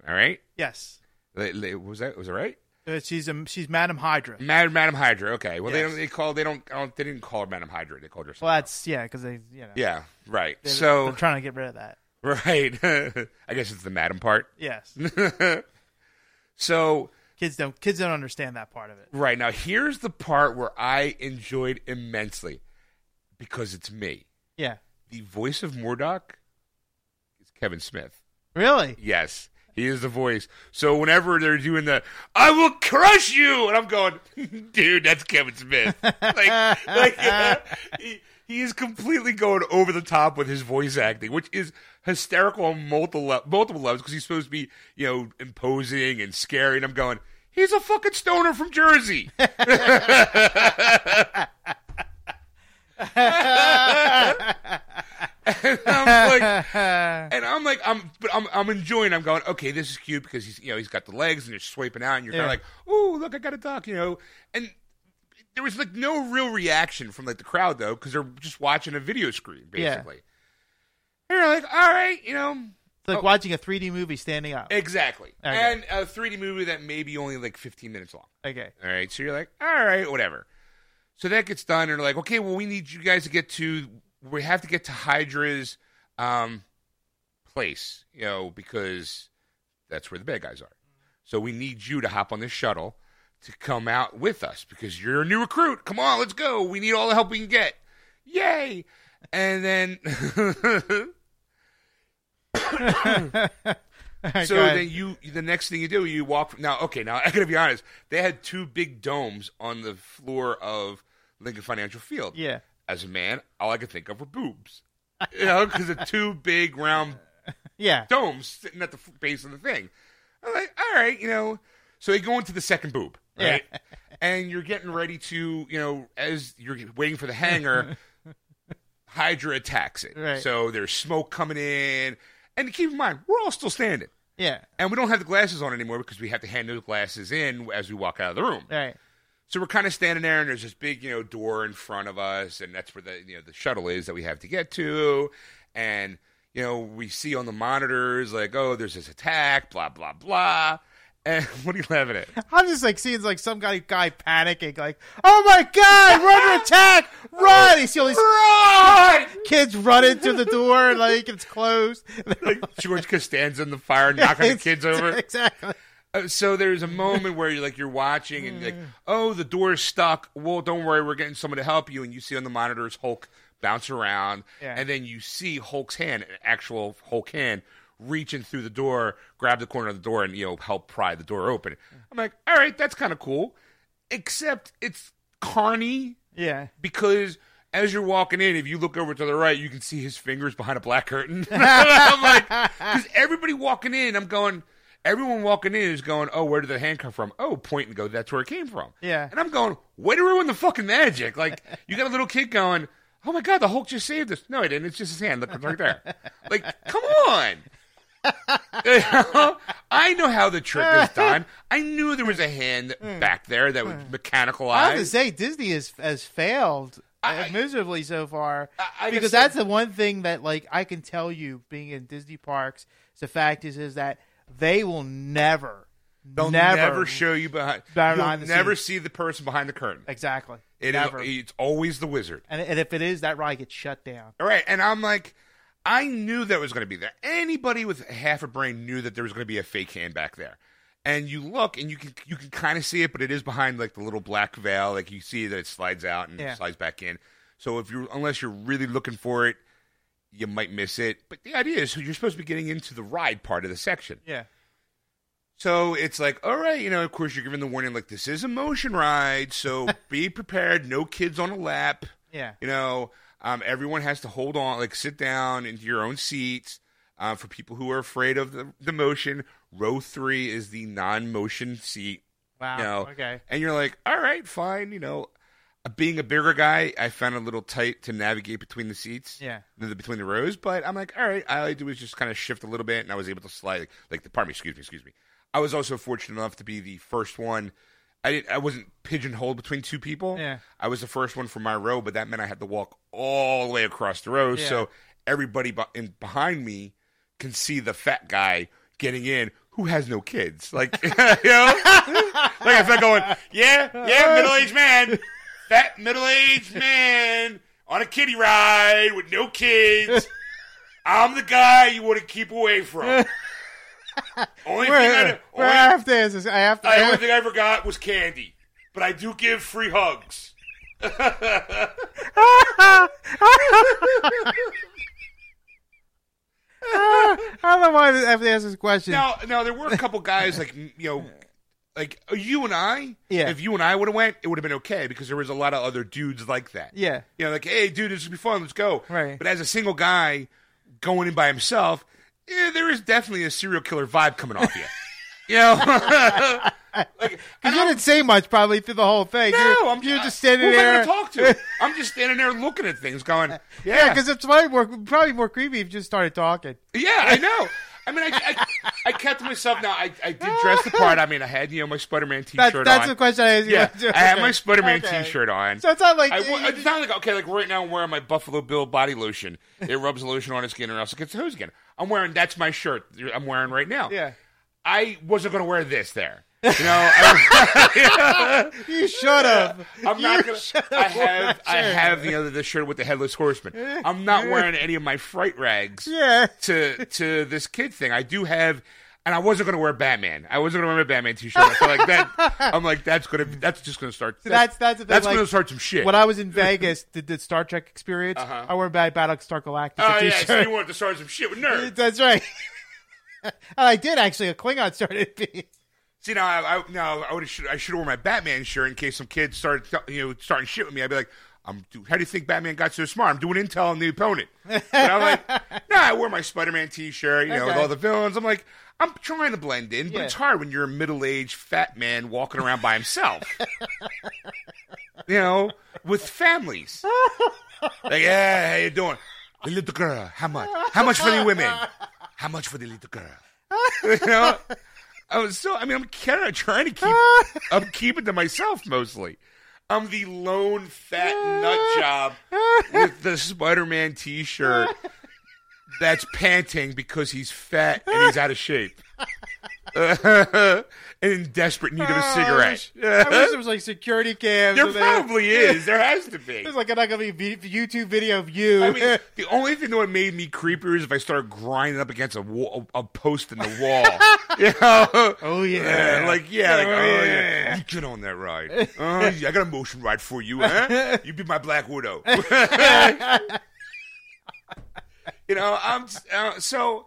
All right.
yes.
Li- li- Was that was it right?
Uh, she's a, she's Madam Hydra.
Madam, Madam Hydra. Okay. Well, they
Yes.
don't. They call. They don't, I don't. They didn't call her Madam Hydra. They called her. Something.
Well, that's yeah, because they you know
yeah. Right.
they're,
so
they're trying to get rid of that.
right. I guess it's the Madam part.
Yes.
so
kids don't kids don't understand that part of it.
right now, here's the part where I enjoyed immensely because it's me.
Yeah.
The voice of Murdoch is Kevin Smith.
Really?
Yes. He is the voice. So whenever they're doing the I will crush you and I'm going, dude, that's Kevin Smith. like like he, he is completely going over the top with his voice acting, which is hysterical on multiple le- multiple levels because he's supposed to be, you know, imposing and scary and I'm going, he's a fucking stoner from Jersey. and I'm like, and I'm like, I'm, but I'm, I'm enjoying. I'm going, okay, this is cute because he's, you know, he's got the legs and they're swiping out, and you're kind
Yeah.
of like, ooh, look, I got a duck, you know. And there was like no real reaction from like the crowd though, because they're just watching a video screen
Yeah.
basically. And you're like, all right, you know,
It's like watching a 3D movie standing up.
exactly.
Okay.
And a 3D movie that may be only like 15 minutes long.
Okay.
All right. So you're like, all right, whatever. So that gets done, and they're like, okay, well, we need you guys to get to, we have to get to Hydra's um, place, you know, because that's where the bad guys are. So we need you to hop on this shuttle to come out with us because you're a new recruit. Come on, let's go. We need all the help we can get. Yay. And then, so then you, the next thing you do, you walk. Now, okay, now I gotta be honest. They had two big domes on the floor of Lincoln Financial Field.
yeah.
As a man, all I could think of were boobs. You know, because the two big round
Yeah.
domes sitting at the f- base of the thing. I'm like, all right, you know. So they go into the second boob, right? and you're getting ready to, you know, as you're waiting for the hanger, Hydra attacks it.
Right.
So there's smoke coming in. And keep in mind, we're all still standing.
Yeah.
And we don't have the glasses on anymore because we have to hand those glasses in as we walk out of the room.
Right.
So we're kind of standing there, and there's this big, you know, door in front of us, and that's where the you know the shuttle is that we have to get to, and you know we see on the monitors like, oh, there's this attack, blah blah blah. And what are you laughing at?
I'm just like seeing like some guy guy panicking, like, "Oh my god, we're under attack! Run!" You see all these
Run!
kids running through the door, like it's closed.
Like George Costanza in the fire, knocking the kids over.
Exactly.
Uh, so there's a moment where you're like you're watching and like oh the door's stuck well don't worry we're getting someone to help you and you see on the monitors hulk bounce around
Yeah.
and then you see hulk's hand an actual hulk hand reaching through the door grab the corner of the door and you know help pry the door open i'm like all right that's kind of cool except it's carny
Yeah.
because as you're walking in, if you look over to the right, you can see his fingers behind a black curtain. I'm like, because everybody walking in, I'm going, everyone walking in is going, oh, where did the hand come from? Oh, point and go, that's where it came from.
Yeah.
And I'm going, way to ruin the fucking magic. Like, you got a little kid going, oh my God, the Hulk just saved us. No, he didn't. It's just his hand. Look, it's right there. Like, come on. You know? I know how the trick is done. I knew there was a hand back there that was
I
mechanicalized.
have to say, Disney has has failed
I-
uh, miserably so far
I- I
because
just said-
that's the one thing that like I can tell you, being in Disney parks, is the fact is is that they will never,
They'll never,
never,
show you behind.
Behind
You'll
the
never
scenes.
see the person behind the curtain.
exactly
It is-
never.
it's always the wizard.
and, and if it is, that ride gets shut down.
All right, and I'm like, I knew that was going to be there. Anybody with half a brain knew that there was going to be a fake hand back there. And you look, and you can you can kind of see it, but it is behind like the little black veil. Like you see that it slides out and
Yeah.
slides back in. So if you unless you're really looking for it, you might miss it. But the idea is, you're supposed to be getting into the ride part of the section.
Yeah,
So it's like, all right, you know, of course you're given the warning, like this is a motion ride, so be prepared. No kids on a lap.
yeah,
You know, um, everyone has to hold on, like sit down into your own seats. Uh, for people who are afraid of the, the motion, row three is the non-motion seat.
wow,
You know,
okay,
And you're like, all right, fine. You know, Uh, being a bigger guy, I found it a little tight to navigate between the seats
yeah,
the- between the rows, but I'm like, all right, all I do is just kind of shift a little bit, and I was able to slide. Like, like the, pardon me, excuse me, excuse me. I was also fortunate enough to be the first one. I didn't. I wasn't pigeonholed between two people.
Yeah.
I was the first one from my row, but that meant I had to walk all the way across the row,
Yeah.
so everybody be- in, behind me can see the fat guy getting in. Who has no kids? Like, you know, like if I'm going, yeah, yeah, middle aged man, fat middle aged man on a kiddie ride with no kids. I'm the guy you want to keep away from. Only thing, I,
Where,
only,
where I have to is, is I have to.
I- only thing I ever got was candy, but I do give free hugs.
I don't know why I have to ask this question.
Now, now there were a couple guys like you know, like uh, you and I.
Yeah.
If you and I would have went, it would have been okay because there was a lot of other dudes like that.
Yeah.
You know, like hey, dude, this would be fun. Let's go.
Right.
But as a single guy going in by himself, eh, there is definitely a serial killer vibe coming off you. you know. Like,
You
and I'm-
didn't say much probably through the whole thing.
no,
you're,
I'm
you're just standing
who
there.
Am I gonna talk to? I'm just standing there looking at things, going, "Yeah,
Yeah, because it's probably more probably more creepy if you just started talking.
Yeah, I know. I mean, I, I, I kept to myself. Now, I, I did dress the part. I mean, I had, you know, my Spider Man t
That,
shirt
that's
on.
the question I asked you.
yeah, I had my
Okay.
Spider Man
Okay.
t shirt on.
So it's not like
I, wa-
you-
it's not like, okay, like right now I'm wearing my Buffalo Bill body lotion. It rubs lotion on his skin and also gets hose again. I'm wearing, that's my shirt I'm wearing right now.
yeah.
I wasn't going to wear this there. You know, I,
You should have.
I'm not gonna. I have, I
shirt.
have, you know, the shirt with the headless horseman. I'm not wearing any of my fright rags
Yeah.
to to this kid thing. I do have, and I wasn't going to wear Batman. I wasn't going to wear my Batman T-shirt. I feel like that. I'm like that's gonna be- that's just going to start.
that's- that's the thing,
that's
like,
going to start some shit.
When I was in Vegas, did the Star Trek experience, I wore my Battlestar Galactica
Uh-huh. oh yeah,
t-shirt.
so you wanted to start some shit with nerds.
That's right. and I did actually. A Klingon started being.
See now, I, I now I would I should have worn my Batman shirt in case some kids started th- you know starting shit with me. I'd be like. I'm, do- how do you think Batman got so smart? I'm doing intel on the opponent. But I'm like, no, I wear my Spider-Man T-shirt, you know, with
Okay.
all the villains. I'm like, I'm trying to blend in, but
Yeah.
it's hard when you're a middle-aged fat man walking around by himself. you know, with families. like, yeah, how you doing? The little girl, how much? How much for the women? How much for the little girl? you know, I was so. I mean, I'm kind of trying to keep. I'm keeping to myself mostly. I'm the lone fat nut job with the Spider-Man T-shirt that's panting because he's fat and he's out of shape. and in desperate need of a cigarette.
I wish there was like security cams.
There
and they-
probably is. There has to be.
There's like an ugly vi- YouTube video of you.
I mean, the only thing that would made me creepier is if I started grinding up against a, wall, a post in the wall. you know?
oh
Yeah,
yeah.
like yeah, like
Oh,
oh, yeah.
yeah.
you get on that ride. Uh, yeah, I got a motion ride for you, huh? you be my Black Widow. you know, I'm uh, so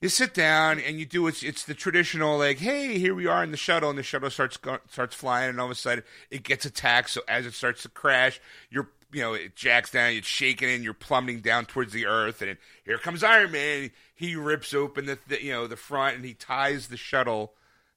you sit down and you do it's it's the traditional like, hey, here we are in the shuttle, and the shuttle starts go, starts flying, and all of a sudden it gets attacked. So as it starts to crash, you're you know it jacks down, it's shaking, and you're plummeting down towards the earth, and here comes Iron Man. He rips open the, the you know the front, and he ties the shuttle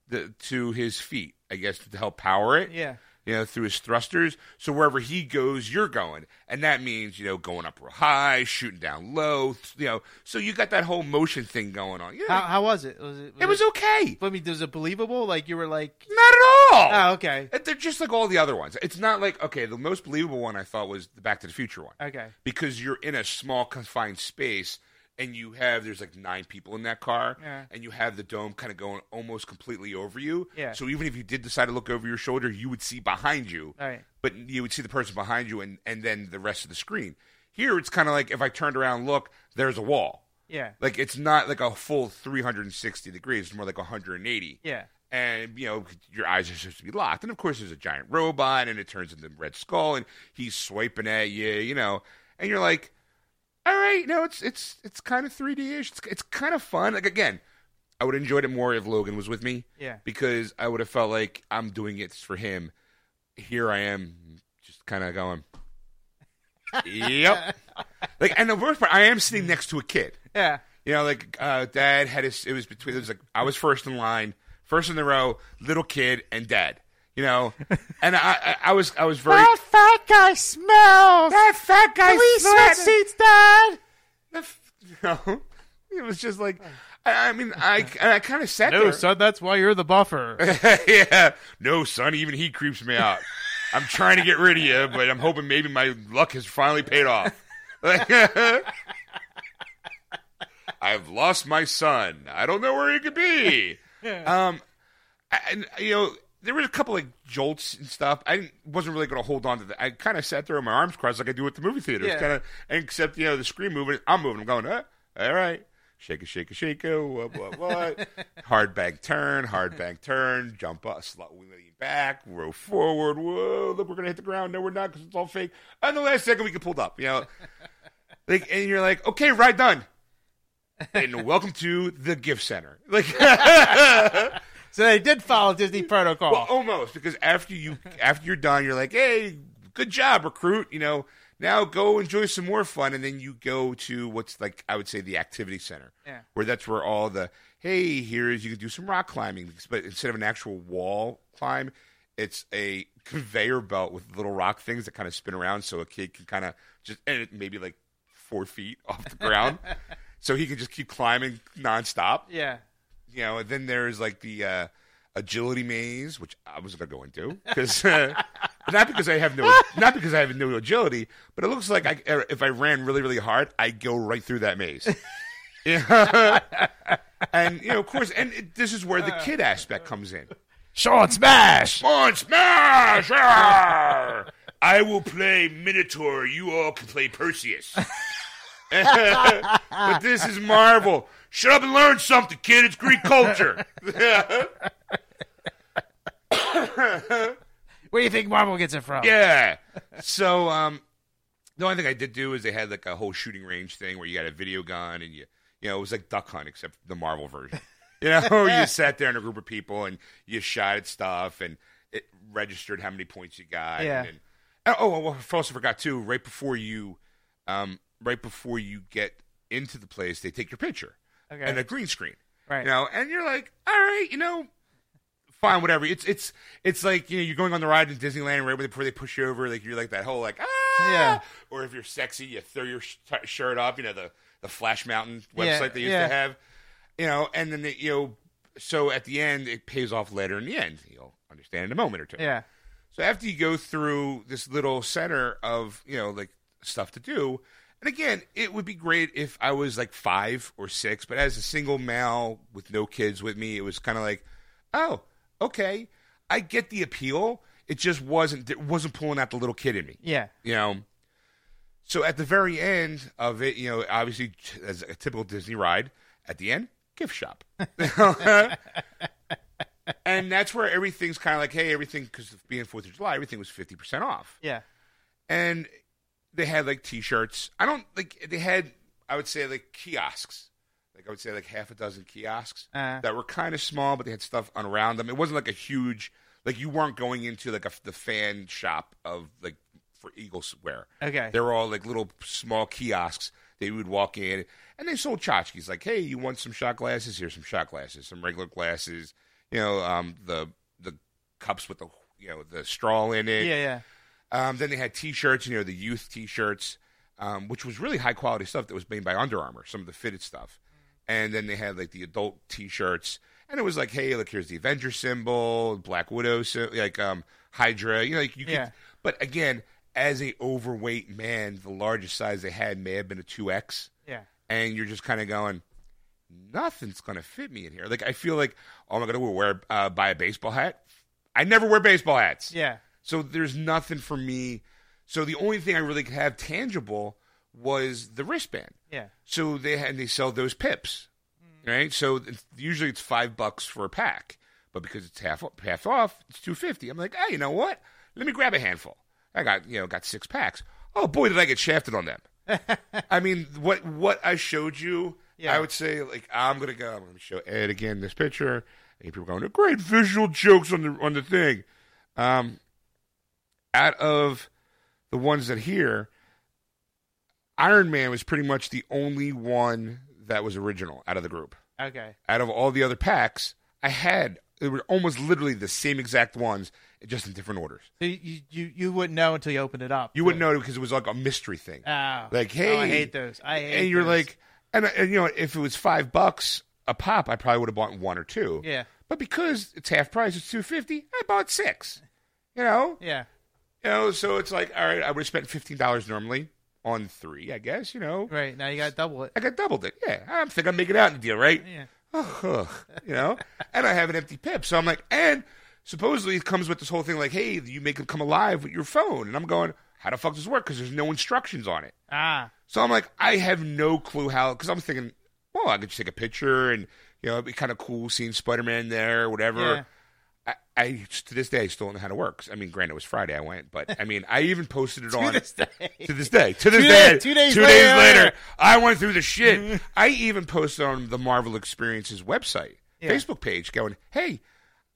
the, to his feet, I guess, to help power it.
Yeah.
You know, through his thrusters. So wherever he goes, you're going. And that means, you know, going up real high, shooting down low, th- you know. So you got that whole motion thing going on. Yeah.
How, how was it? Was it?
it was okay.
I mean, was it believable? Like you were like,
Not at all.
oh okay,
And They're just like all the other ones. It's not like, okay, the most believable one I thought was the Back to the Future one.
okay,
because you're in a small confined space and you have there's like nine people in that car
Yeah.
and you have the dome kind of going almost completely over you
Yeah.
so even if you did decide to look over your shoulder you would see behind you
all right.
but you would see the person behind you and, and then the rest of the screen here it's kind of like if i turned around and look there's a wall
Yeah,
like it's not like a full 360 degrees it's more like 180
yeah,
and you know your eyes are supposed to be locked. And of course, there's a giant robot, and it turns into Red Skull, and he's swiping at you, you know, and you're like, all right, no, it's it's it's kind of 3D ish. It's it's kind of fun. Like again, I would have enjoyed it more if Logan was with me
yeah,
because I would have felt like I'm doing it for him. Here I am, just kind of going, yep. Like, and the worst part, I am sitting next to a kid.
yeah.
You know, like uh, dad had his. It was between. It was like I was first in line, first in the row, little kid and dad. You know, and I, I, I was, I was very.
fat guy smells.
That fat guy
Dad.
No, it was just like, I, I mean, I, and I kind of sat
No,
there.
son, that's why you're the buffer.
yeah, no, son. Even he creeps me out. I'm trying to get rid of you, but I'm hoping maybe my luck has finally paid off. I've lost my son. I don't know where he could be. Um, I- and you know, there was a couple like jolts and stuff. I didn't, wasn't really going to hold on to that. I kind of sat there with my arms crossed, like I do at the movie theater.
Yeah.
Kind of, except you know, the screen moving. I'm moving. I'm going. Uh, all right. Shake a shake a shake a what what what hard bank turn hard bank turn jump up slot we lean back row forward whoa look we're gonna hit the ground no we're not because it's all fake and the last second we get pulled up you know like and you're like okay ride done and welcome to the gift center like
so they did follow Disney protocol.
oh. well, almost because after you after you're done, you're like, hey, good job, recruit. You know, Now go enjoy some more fun, and then you go to what's like I would say the activity center,
Yeah.
where that's where all the hey here is you can do some rock climbing, but instead of an actual wall climb, it's a conveyor belt with little rock things that kind of spin around, so a kid can kind of just and it maybe like four feet off the ground, so he can just keep climbing nonstop
Yeah.
you know, and then there's like the uh, agility maze, which I was gonna go into because uh, not because I have no not because I have no agility, but it looks like I, er, if I ran really really hard, I go right through that maze. Yeah. and you know, of course, and it, this is where the kid aspect comes in.
Sean Smash!
Come on, smash! Arr! I will play Minotaur. You all can play Perseus. but this is Marvel. Shut up and learn something, kid. It's Greek culture.
Where do you think Marvel gets it from?
Yeah. So um, the only thing I did do is they had like a whole shooting range thing where you got a video gun and you you know it was like Duck Hunt except the Marvel version. You know, you sat there in a group of people and you shot at stuff and it registered how many points you got.
Yeah.
And, and- oh, well, I also forgot too. Right before you, um, right before you get into the place, they take your picture
Okay.
and a green screen.
Right.
You know, and you're like, all right, you know, fine, whatever. It's it's it's like you know you're going on the ride in Disneyland right before they push you over, like you're like that whole like ah.
Yeah.
Or if you're sexy, you throw your sh- t- shirt up. You know the the Flash Mountain website
Yeah,
they used
yeah.
to have. You know, and then they, you know, so at the end it pays off later. In the end, you'll understand in a moment or two.
Yeah.
So after you go through this little center of you know like stuff to do, and again, it would be great if I was like five or six, but as a single male with no kids with me, it was kind of like, oh, okay, I get the appeal. It just wasn't it wasn't pulling out the little kid in me
Yeah.
you know. So at the very end of it, you know, obviously as a typical Disney ride, at the end, gift shop. and that's where everything's kind of like, hey, everything because of being Fourth of July, everything was fifty percent off,
Yeah.
and they had like T-shirts. I don't like they had. I would say like kiosks, like I would say like half a dozen kiosks
Uh,
that were kind of small, but they had stuff on around them. It wasn't like a huge, like you weren't going into like a, the fan shop of like for Eagles wear.
Uh, okay.
They were all like little small kiosks that you would walk in, and they sold tchotchkes. Like, hey, you want some shot glasses? Here's some shot glasses, some regular glasses. You know, um, the the cups with the you know the straw in
Yeah.
it.
Yeah.
Um, then they had T-shirts, you know, the youth T-shirts, um, which was really high quality stuff that was made by Under Armour, some of the fitted stuff. And then they had like the adult T-shirts, and it was like, hey, look, here's the Avenger symbol, Black Widow, sy- like um, Hydra, you know, like you.
Yeah.
Could, but again, as a overweight man, the largest size they had may have been a two X
Yeah.
and you're just kind of going, nothing's gonna fit me in here. Like I feel like, oh my god, I will wear uh, buy a baseball hat. I never wear baseball hats,
Yeah.
so there's nothing for me. So the only thing I really could have tangible was the wristband.
Yeah.
So they had, and they sell those pips, right? So it's, usually it's five bucks for a pack, but because it's half half off, it's two fifty. I'm like, hey, you know what? Let me grab a handful. I got you know got six packs. Oh boy, did I get shafted on them. I mean, what what I showed you,
Yeah.
I would say like I'm gonna go. I'm gonna show Ed again this picture. And people are going, great visual jokes on the on the thing. Um, out of the ones that here, Iron Man was pretty much the only one that was original out of the group.
Okay.
Out of all the other packs, I had they were almost literally the same exact ones, just in different orders.
So you you, you wouldn't know until you opened it up.
You wouldn't know because it was like a mystery thing.
Oh.
Like,
Oh,
hey,
I hate those. I hate.
and you're
those.
like, and, uh, and you know, if it was five bucks a pop, I probably would have bought one or two.
Yeah.
But because it's half price, it's two fifty. I bought six. You know,
Yeah.
you know, so it's like, all right, I would have spent fifteen dollars normally on three, I guess. You know,
Right now you got to double it.
I got doubled it. Yeah, I am think I'm making out in the deal, right?
Yeah.
Ugh, you know, and I have an empty pip. So I'm like, and supposedly it comes with this whole thing like, hey, you make them come alive with your phone. And I'm going, how the fuck does this work? Because there's no instructions on it.
Ah.
So I'm like, I have no clue how, because I'm thinking, well, I could just take a picture and, you know, it'd be kind of cool seeing Spider Man there or
Yeah.
whatever. I, I, to this day, still don't know how to work. I mean, granted, it was Friday I went, but I mean, I even posted it on
this day.
to this day. To this
Two
day.
days- two days
days
later. Mm-hmm.
later. I went through the shit. I even posted on the Marvel Experiences website,
Yeah.
Facebook page, going, hey,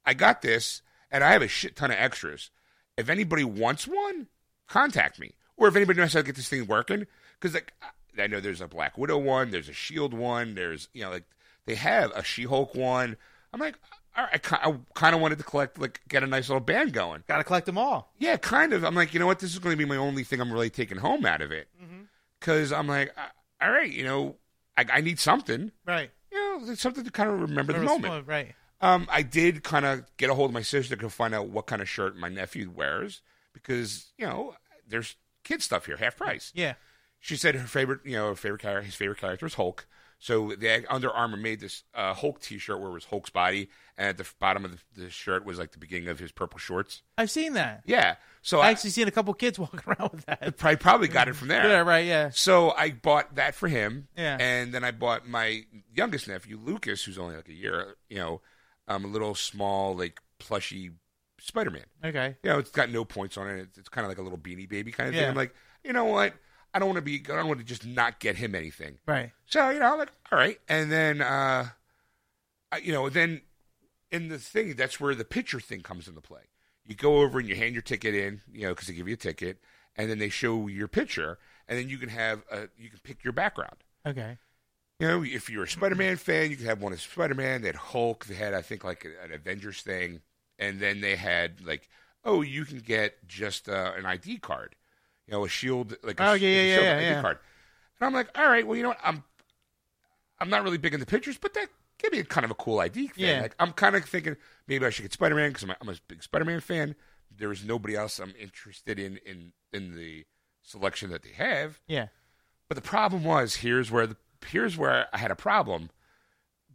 I got this, and I have a shit ton of extras. If anybody wants one, contact me. or if anybody knows how to get this thing working. Because like I I know there's a Black Widow one, there's a Shield E one, there's you know like they have a She Hulk one. I'm like, all right, I, ki- I kind of wanted to collect like get a nice little band going.
Got to collect them all.
Yeah, kind of. I'm like, you know what? This is going to be my only thing I'm really taking home out of it. Because I'm like, uh, all right, you know, I, I need something.
Right.
You know, it's something to kind of remember the
Or
moment.
someone- Right.
Um, I did kind of get a hold of my sister to find out what kind of shirt my nephew wears because you know there's kid stuff here, half price.
Yeah.
She said her favorite, you know, her favorite character, his favorite character was Hulk. So the Under Armour made this uh, Hulk T-shirt where it was Hulk's body, and at the bottom of the, the shirt was like the beginning of his purple shorts.
I've seen that.
Yeah, so
I
I,
actually seen a couple kids walking around with that.
I probably got it from there.
Yeah. Right. Yeah.
So I bought that for him,
Yeah.
and then I bought my youngest nephew Lucas, who's only like a year, you know, um, a little small like plushy Spider-Man.
Okay.
You know, it's got no points on it. It's, it's kind of like a little beanie baby kind of
Yeah.
thing. I'm like, you know what? I don't want to be. I don't want to just not get him anything.
Right.
So you know, I'm like, all right, and then, uh, I, you know, then in the thing, that's where the picture thing comes into play. You go over and you hand your ticket in, you know, because they give you a ticket, and then they show your picture, and then you can have, a, you can pick your background.
Okay.
You know, if you're a Spider-Man fan, you could have one of Spider-Man. They had Hulk. They had, I think, like an Avengers thing, and then they had like, oh, you can get just uh, an ID card, you know, a shield, like a,
Oh,
sh-
yeah, yeah,
a shield
yeah,
ID
yeah.
card. And I'm like, all right, well, you know what? I'm, I'm not really big into pictures, but that give me kind of a cool ID thing.
Yeah.
Like, I'm kind of thinking maybe I should get Spider-Man because I'm, a- I'm a big Spider-Man fan. There is nobody else I'm interested in in in the selection that they have.
Yeah.
But the problem was here's where the here's where I had a problem,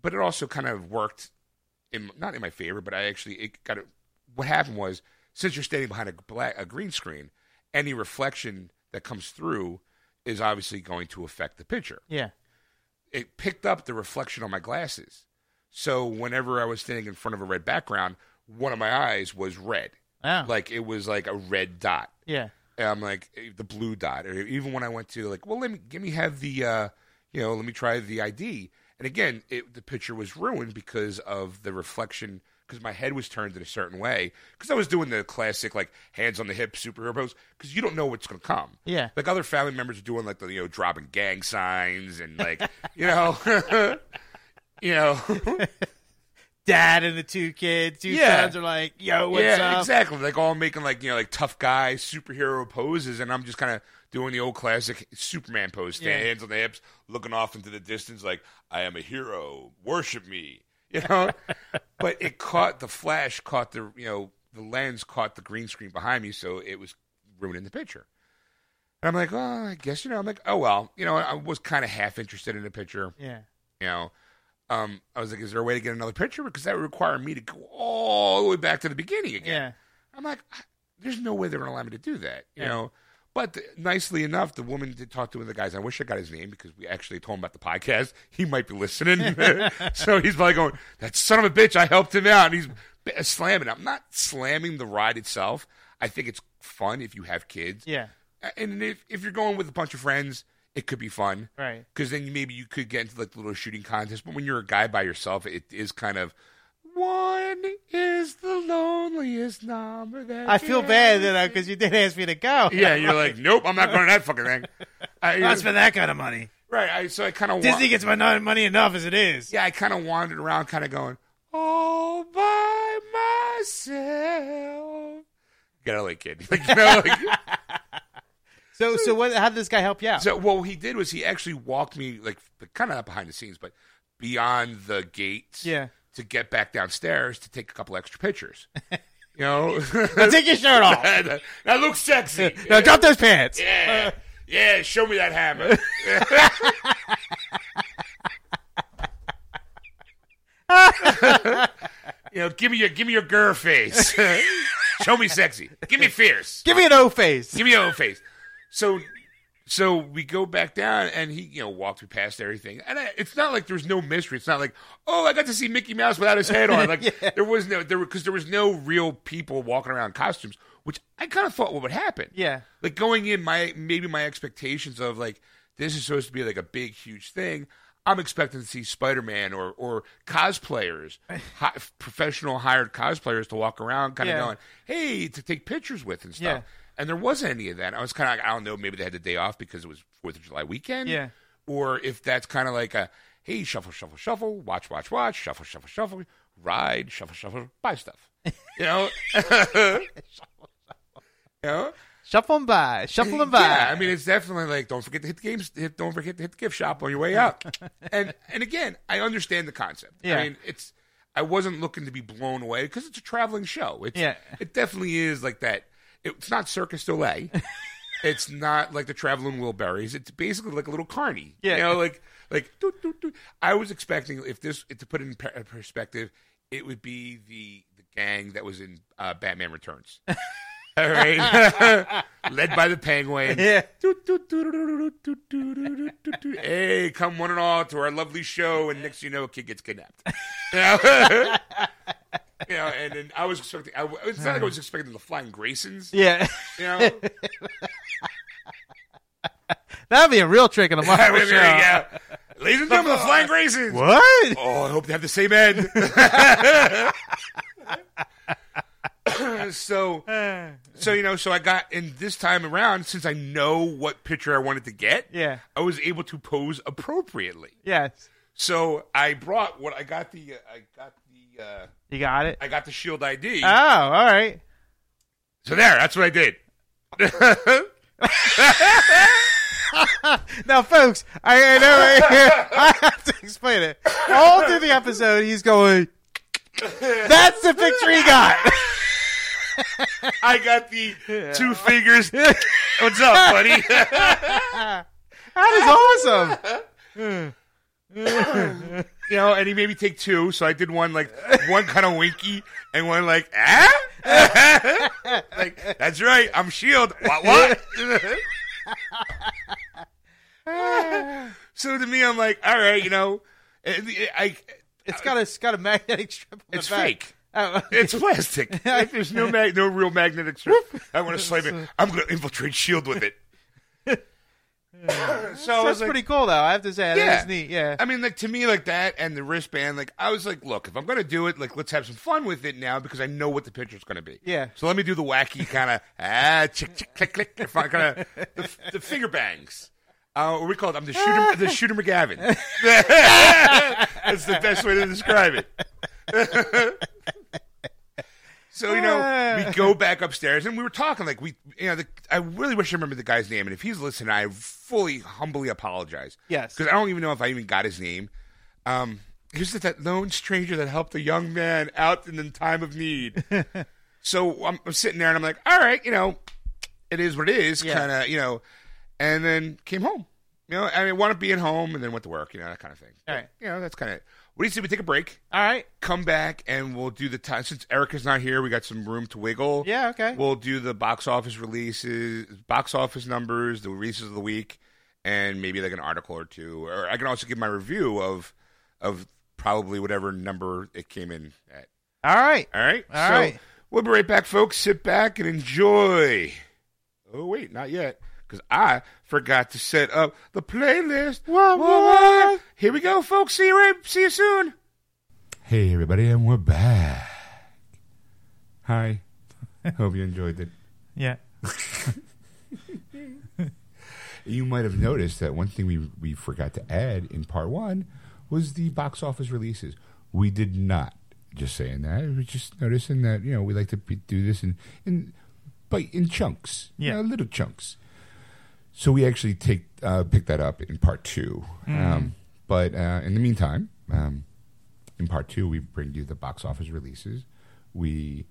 but it also kind of worked in not in my favor, but I actually it got it. What happened was since you're standing behind a black a green screen, any reflection that comes through is obviously going to affect the picture.
Yeah.
It picked up the reflection on my glasses, so whenever I was standing in front of a red background, one of my eyes was red,
Wow.
like it was like a red dot.
yeah.
And I'm like eh, the blue dot, or even when I went to like, well, let me give me have the, uh, you know, let me try the ID. And again, it, the picture was ruined because of the reflection, because my head was turned in a certain way, because I was doing the classic like hands on the hip superhero pose, because you don't know what's going to come.
Yeah.
like other family members are doing like the you know dropping gang signs and like you know, you know.
Dad and the two kids. Two
Yeah.
sons are like, yo, what's
yeah,
up?
exactly. Like all making like you know like tough guy superhero poses, and I'm just kind of doing the old classic Superman pose,
Yeah.
hands on the hips, looking off into the distance, like I am a hero, worship me, you know. but it caught the flash, caught the you know the lens, caught the green screen behind me, so it was ruining the picture. And I'm like, oh, I guess you know. I'm like, oh well, you know, I was kind of half interested in the picture
Yeah.
you know um, i was like is there a way to get another picture because that would require me to go all the way back to the beginning again
Yeah.
i'm like I- there's no way they're going to allow me to do that you
Yeah.
know but th- nicely enough the woman did talk to one of the guys i wish i got his name because we actually told him about the podcast he might be listening so he's probably going that son of a bitch i helped him out and he's b- slamming i'm not slamming the ride itself i think it's fun if you have kids
Yeah.
and if, if you're going with a bunch of friends it could be fun
Right.
because then maybe you could get into like the little shooting contest. But when you're a guy by yourself, it is kind of one is the loneliest number that
I feel
there
bad
is."
that because you did ask me to go.
Yeah, you're like, nope, I'm not going to that fucking thing. I,
Not spend that kind of money.
right, I, so I kind of
Disney gets my non- money enough as it is.
yeah, I kind of wandered around, kind of going all by myself. Get out of kid. Like, you know, like,
So, so what? How did this guy help you out?
So what he did was he actually walked me like kind of not behind the scenes, but beyond the gates.
Yeah.
To get back downstairs to take a couple extra pictures. You know,
now take your shirt off.
that looks sexy.
now drop those pants.
Yeah, yeah. Show me that hammer. you know, give me your give me your girl face. show me sexy. Give me fierce.
Give me an O face.
Give me your own face. So, so we go back down, and he, you know, walked me past everything. And I, it's not like there's no mystery. It's not like, oh, I got to see Mickey Mouse without his head on. Like there was no there because there was no real people walking around in costumes, which I kind of thought what would happen.
Yeah.
like going in, my maybe my expectations of like this is supposed to be like a big, huge thing. I'm expecting to see Spider-Man or or cosplayers, hi, professional hired cosplayers to walk around, kind
Yeah.
of going, "Hey," to take pictures with and stuff.
Yeah.
And there wasn't any of that. I was kind of like, I don't know, maybe they had the day off because it was Fourth of July weekend.
Yeah.
Or if that's kind of like a hey, shuffle, shuffle, shuffle, watch, watch, watch, shuffle, shuffle, shuffle, ride, shuffle, shuffle, buy stuff. You know. you know.
Shuffle 'em by, shuffle 'em by.
Yeah, I mean, it's definitely like don't forget to hit the games. Hit, don't forget to hit the gift shop on your way out. and and again, I understand the concept.
Yeah.
I mean, it's I wasn't looking to be blown away because it's a traveling show. It's,
Yeah.
it definitely is like that. It's not Circus du Soleil. it's not like the traveling Wilburys. It's basically like a little carny.
Yeah.
you know, like like. doot, doot, doot. I was expecting if this to put it in per- perspective, it would be the the gang that was in uh, Batman Returns. All right. Led by the penguin.
Yeah.
Hey, come one and all to our lovely show, and next thing you know, a kid gets kidnapped. You know, You know, and then I was expecting, I, w- it's not like I was expecting the Flying Graysons.
Yeah.
You know?
That'd be a real trick in a
I
marble
mean,
show.
yeah. Ladies and gentlemen, the Flying Graysons.
What?
Oh, I hope they have the same end. so, so you know, so I got and this time around, since I know what picture I wanted to get,
Yeah.
I was able to pose appropriately.
Yes.
So I brought what I got the uh, I got the uh,
You got it.
I got the Shield ID.
Oh, all right.
so there, that's what I did.
Now, folks, I, I know right here, I have to explain it. All through the episode, he's going, that's the picture he got.
I got the two fingers. What's up, buddy?
That is awesome.
you know, and he made me take two, so I did one like one kind of winky and one like ah. like that's right, I'm Shield. What? What? so to me, I'm like, all right, you know, and the- I
It's got a, it's got a magnetic strip on the
It's
back.
fake.
Oh,
it's plastic. Like, There's no mag- no real magnetic strip. I want to slam it. I'm going to infiltrate Shield E with it. so I was
that's
like,
pretty cool, though. I have to say, that
Yeah.
is neat. Yeah.
I mean, like to me, like that and the wristband. Like I was like, look, if I'm gonna do it, like let's have some fun with it now because I know what the picture's gonna be.
Yeah.
So let me do the wacky kind of ah, chick, chick, click, click. If I'm gonna the, the finger bangs. Uh, what we call it? I'm the shooter, the shooter McGavin. That's the best way to describe it. So you know, we go back upstairs and we were talking like we, you know, the, I really wish I remembered the guy's name. And if he's listening, I fully humbly apologize.
Yes.
because I don't even know if I even got his name. Um, he was that lone stranger that helped a young man out in the time of need. so I'm, I'm sitting there and I'm like, all right, you know, it is what it is,
Yeah.
kind of, you know. And then came home, you know. I mean, wound up being home and then went to work, you know, that kind of thing.
All right.
You know, that's kind of. What do you say? We take a break
All right.
come back and we'll do the time since Erica's not here. We got some room to wiggle.
Yeah, okay.
We'll do the box office releases, box office numbers, the releases of the week, and maybe like an article or two. Or I can also give my review of of probably whatever number it came in at.
All right.
All right.
All
so
right.
We'll be right back, folks. Sit back and enjoy. Oh wait, not yet, because I forgot to set up the playlist.
Wah, wah, wah.
Here we go, folks. See you right. See you soon.
Hey, everybody, and we're back. Hi. Hope you enjoyed it.
Yeah.
You might have noticed that one thing we, we forgot to add in part one was the box office releases. We did not. Just saying that. We were just noticing that, you know, we like to be, do this in, in, by, in chunks, you
Yeah.
know, little chunks. So we actually take uh, pick that up in part two. Um, but uh, in the meantime, um, in part two, we bring you the box office releases. We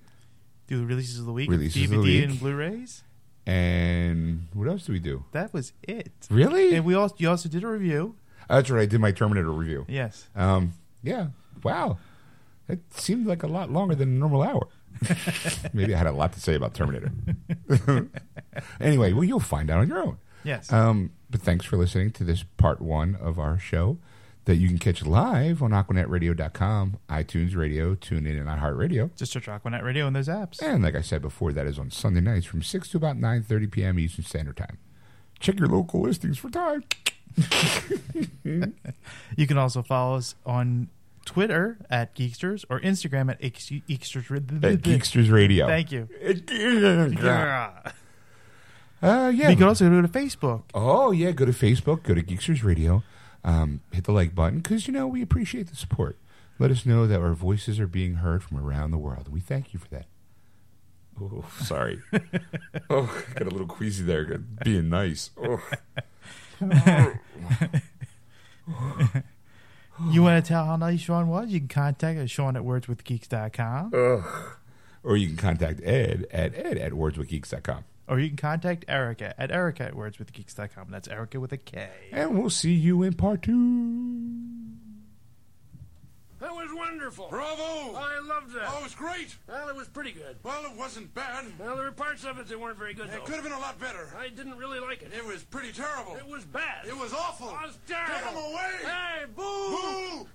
Do the releases of the week,
Releases of the DVD week. and
Blu-rays.
and what else do we do?
That was it.
Really?
we also you also did a review.
That's right. I did my Terminator review.
Yes.
Um, yeah. Wow. That seemed like a lot longer than a normal hour. Maybe I had a lot to say about Terminator. anyway, well, you'll find out on your own.
Yes.
Um, but thanks for listening to this part one of our show that you can catch live on AquanetRadio.com, iTunes Radio, TuneIn, and iHeartRadio.
Just search Aquanet Radio and those apps.
And like I said before, that is on Sunday nights from 6 to about 9.30 p.m. Eastern Standard Time. Check your local listings for time.
You can also follow us on Twitter at Geeksters or Instagram at Geeksters.
At Geeksters Radio.
Thank you.
you.
Uh, yeah.
You can also go to Facebook.
Oh yeah, go to Facebook, go to Geeksters Radio, um, hit the like button because you know we appreciate the support. Let us know that our voices are being heard from around the world. We thank you for that. Oh, sorry. oh, got a little queasy there. Being nice. Oh.
You want to tell how nice Sean was? You can contact us, Sean at wordswithgeeks.com.
Or you can contact Ed at ed at wordswithgeeks.com.
Or you can contact Erica at Erica at wordswithgeeks.com. That's Erica with a K.
And we'll see you in part two.
That was wonderful.
Bravo!
I loved that.
Oh, it was great.
Well, it was pretty good.
Well, it wasn't bad.
Well, there were parts of it that weren't very good,
It
though.
could have been a lot better.
I didn't really like it.
It was pretty terrible.
It was bad.
It was awful.
It was terrible.
Get him away.
Hey, boo!
Boo!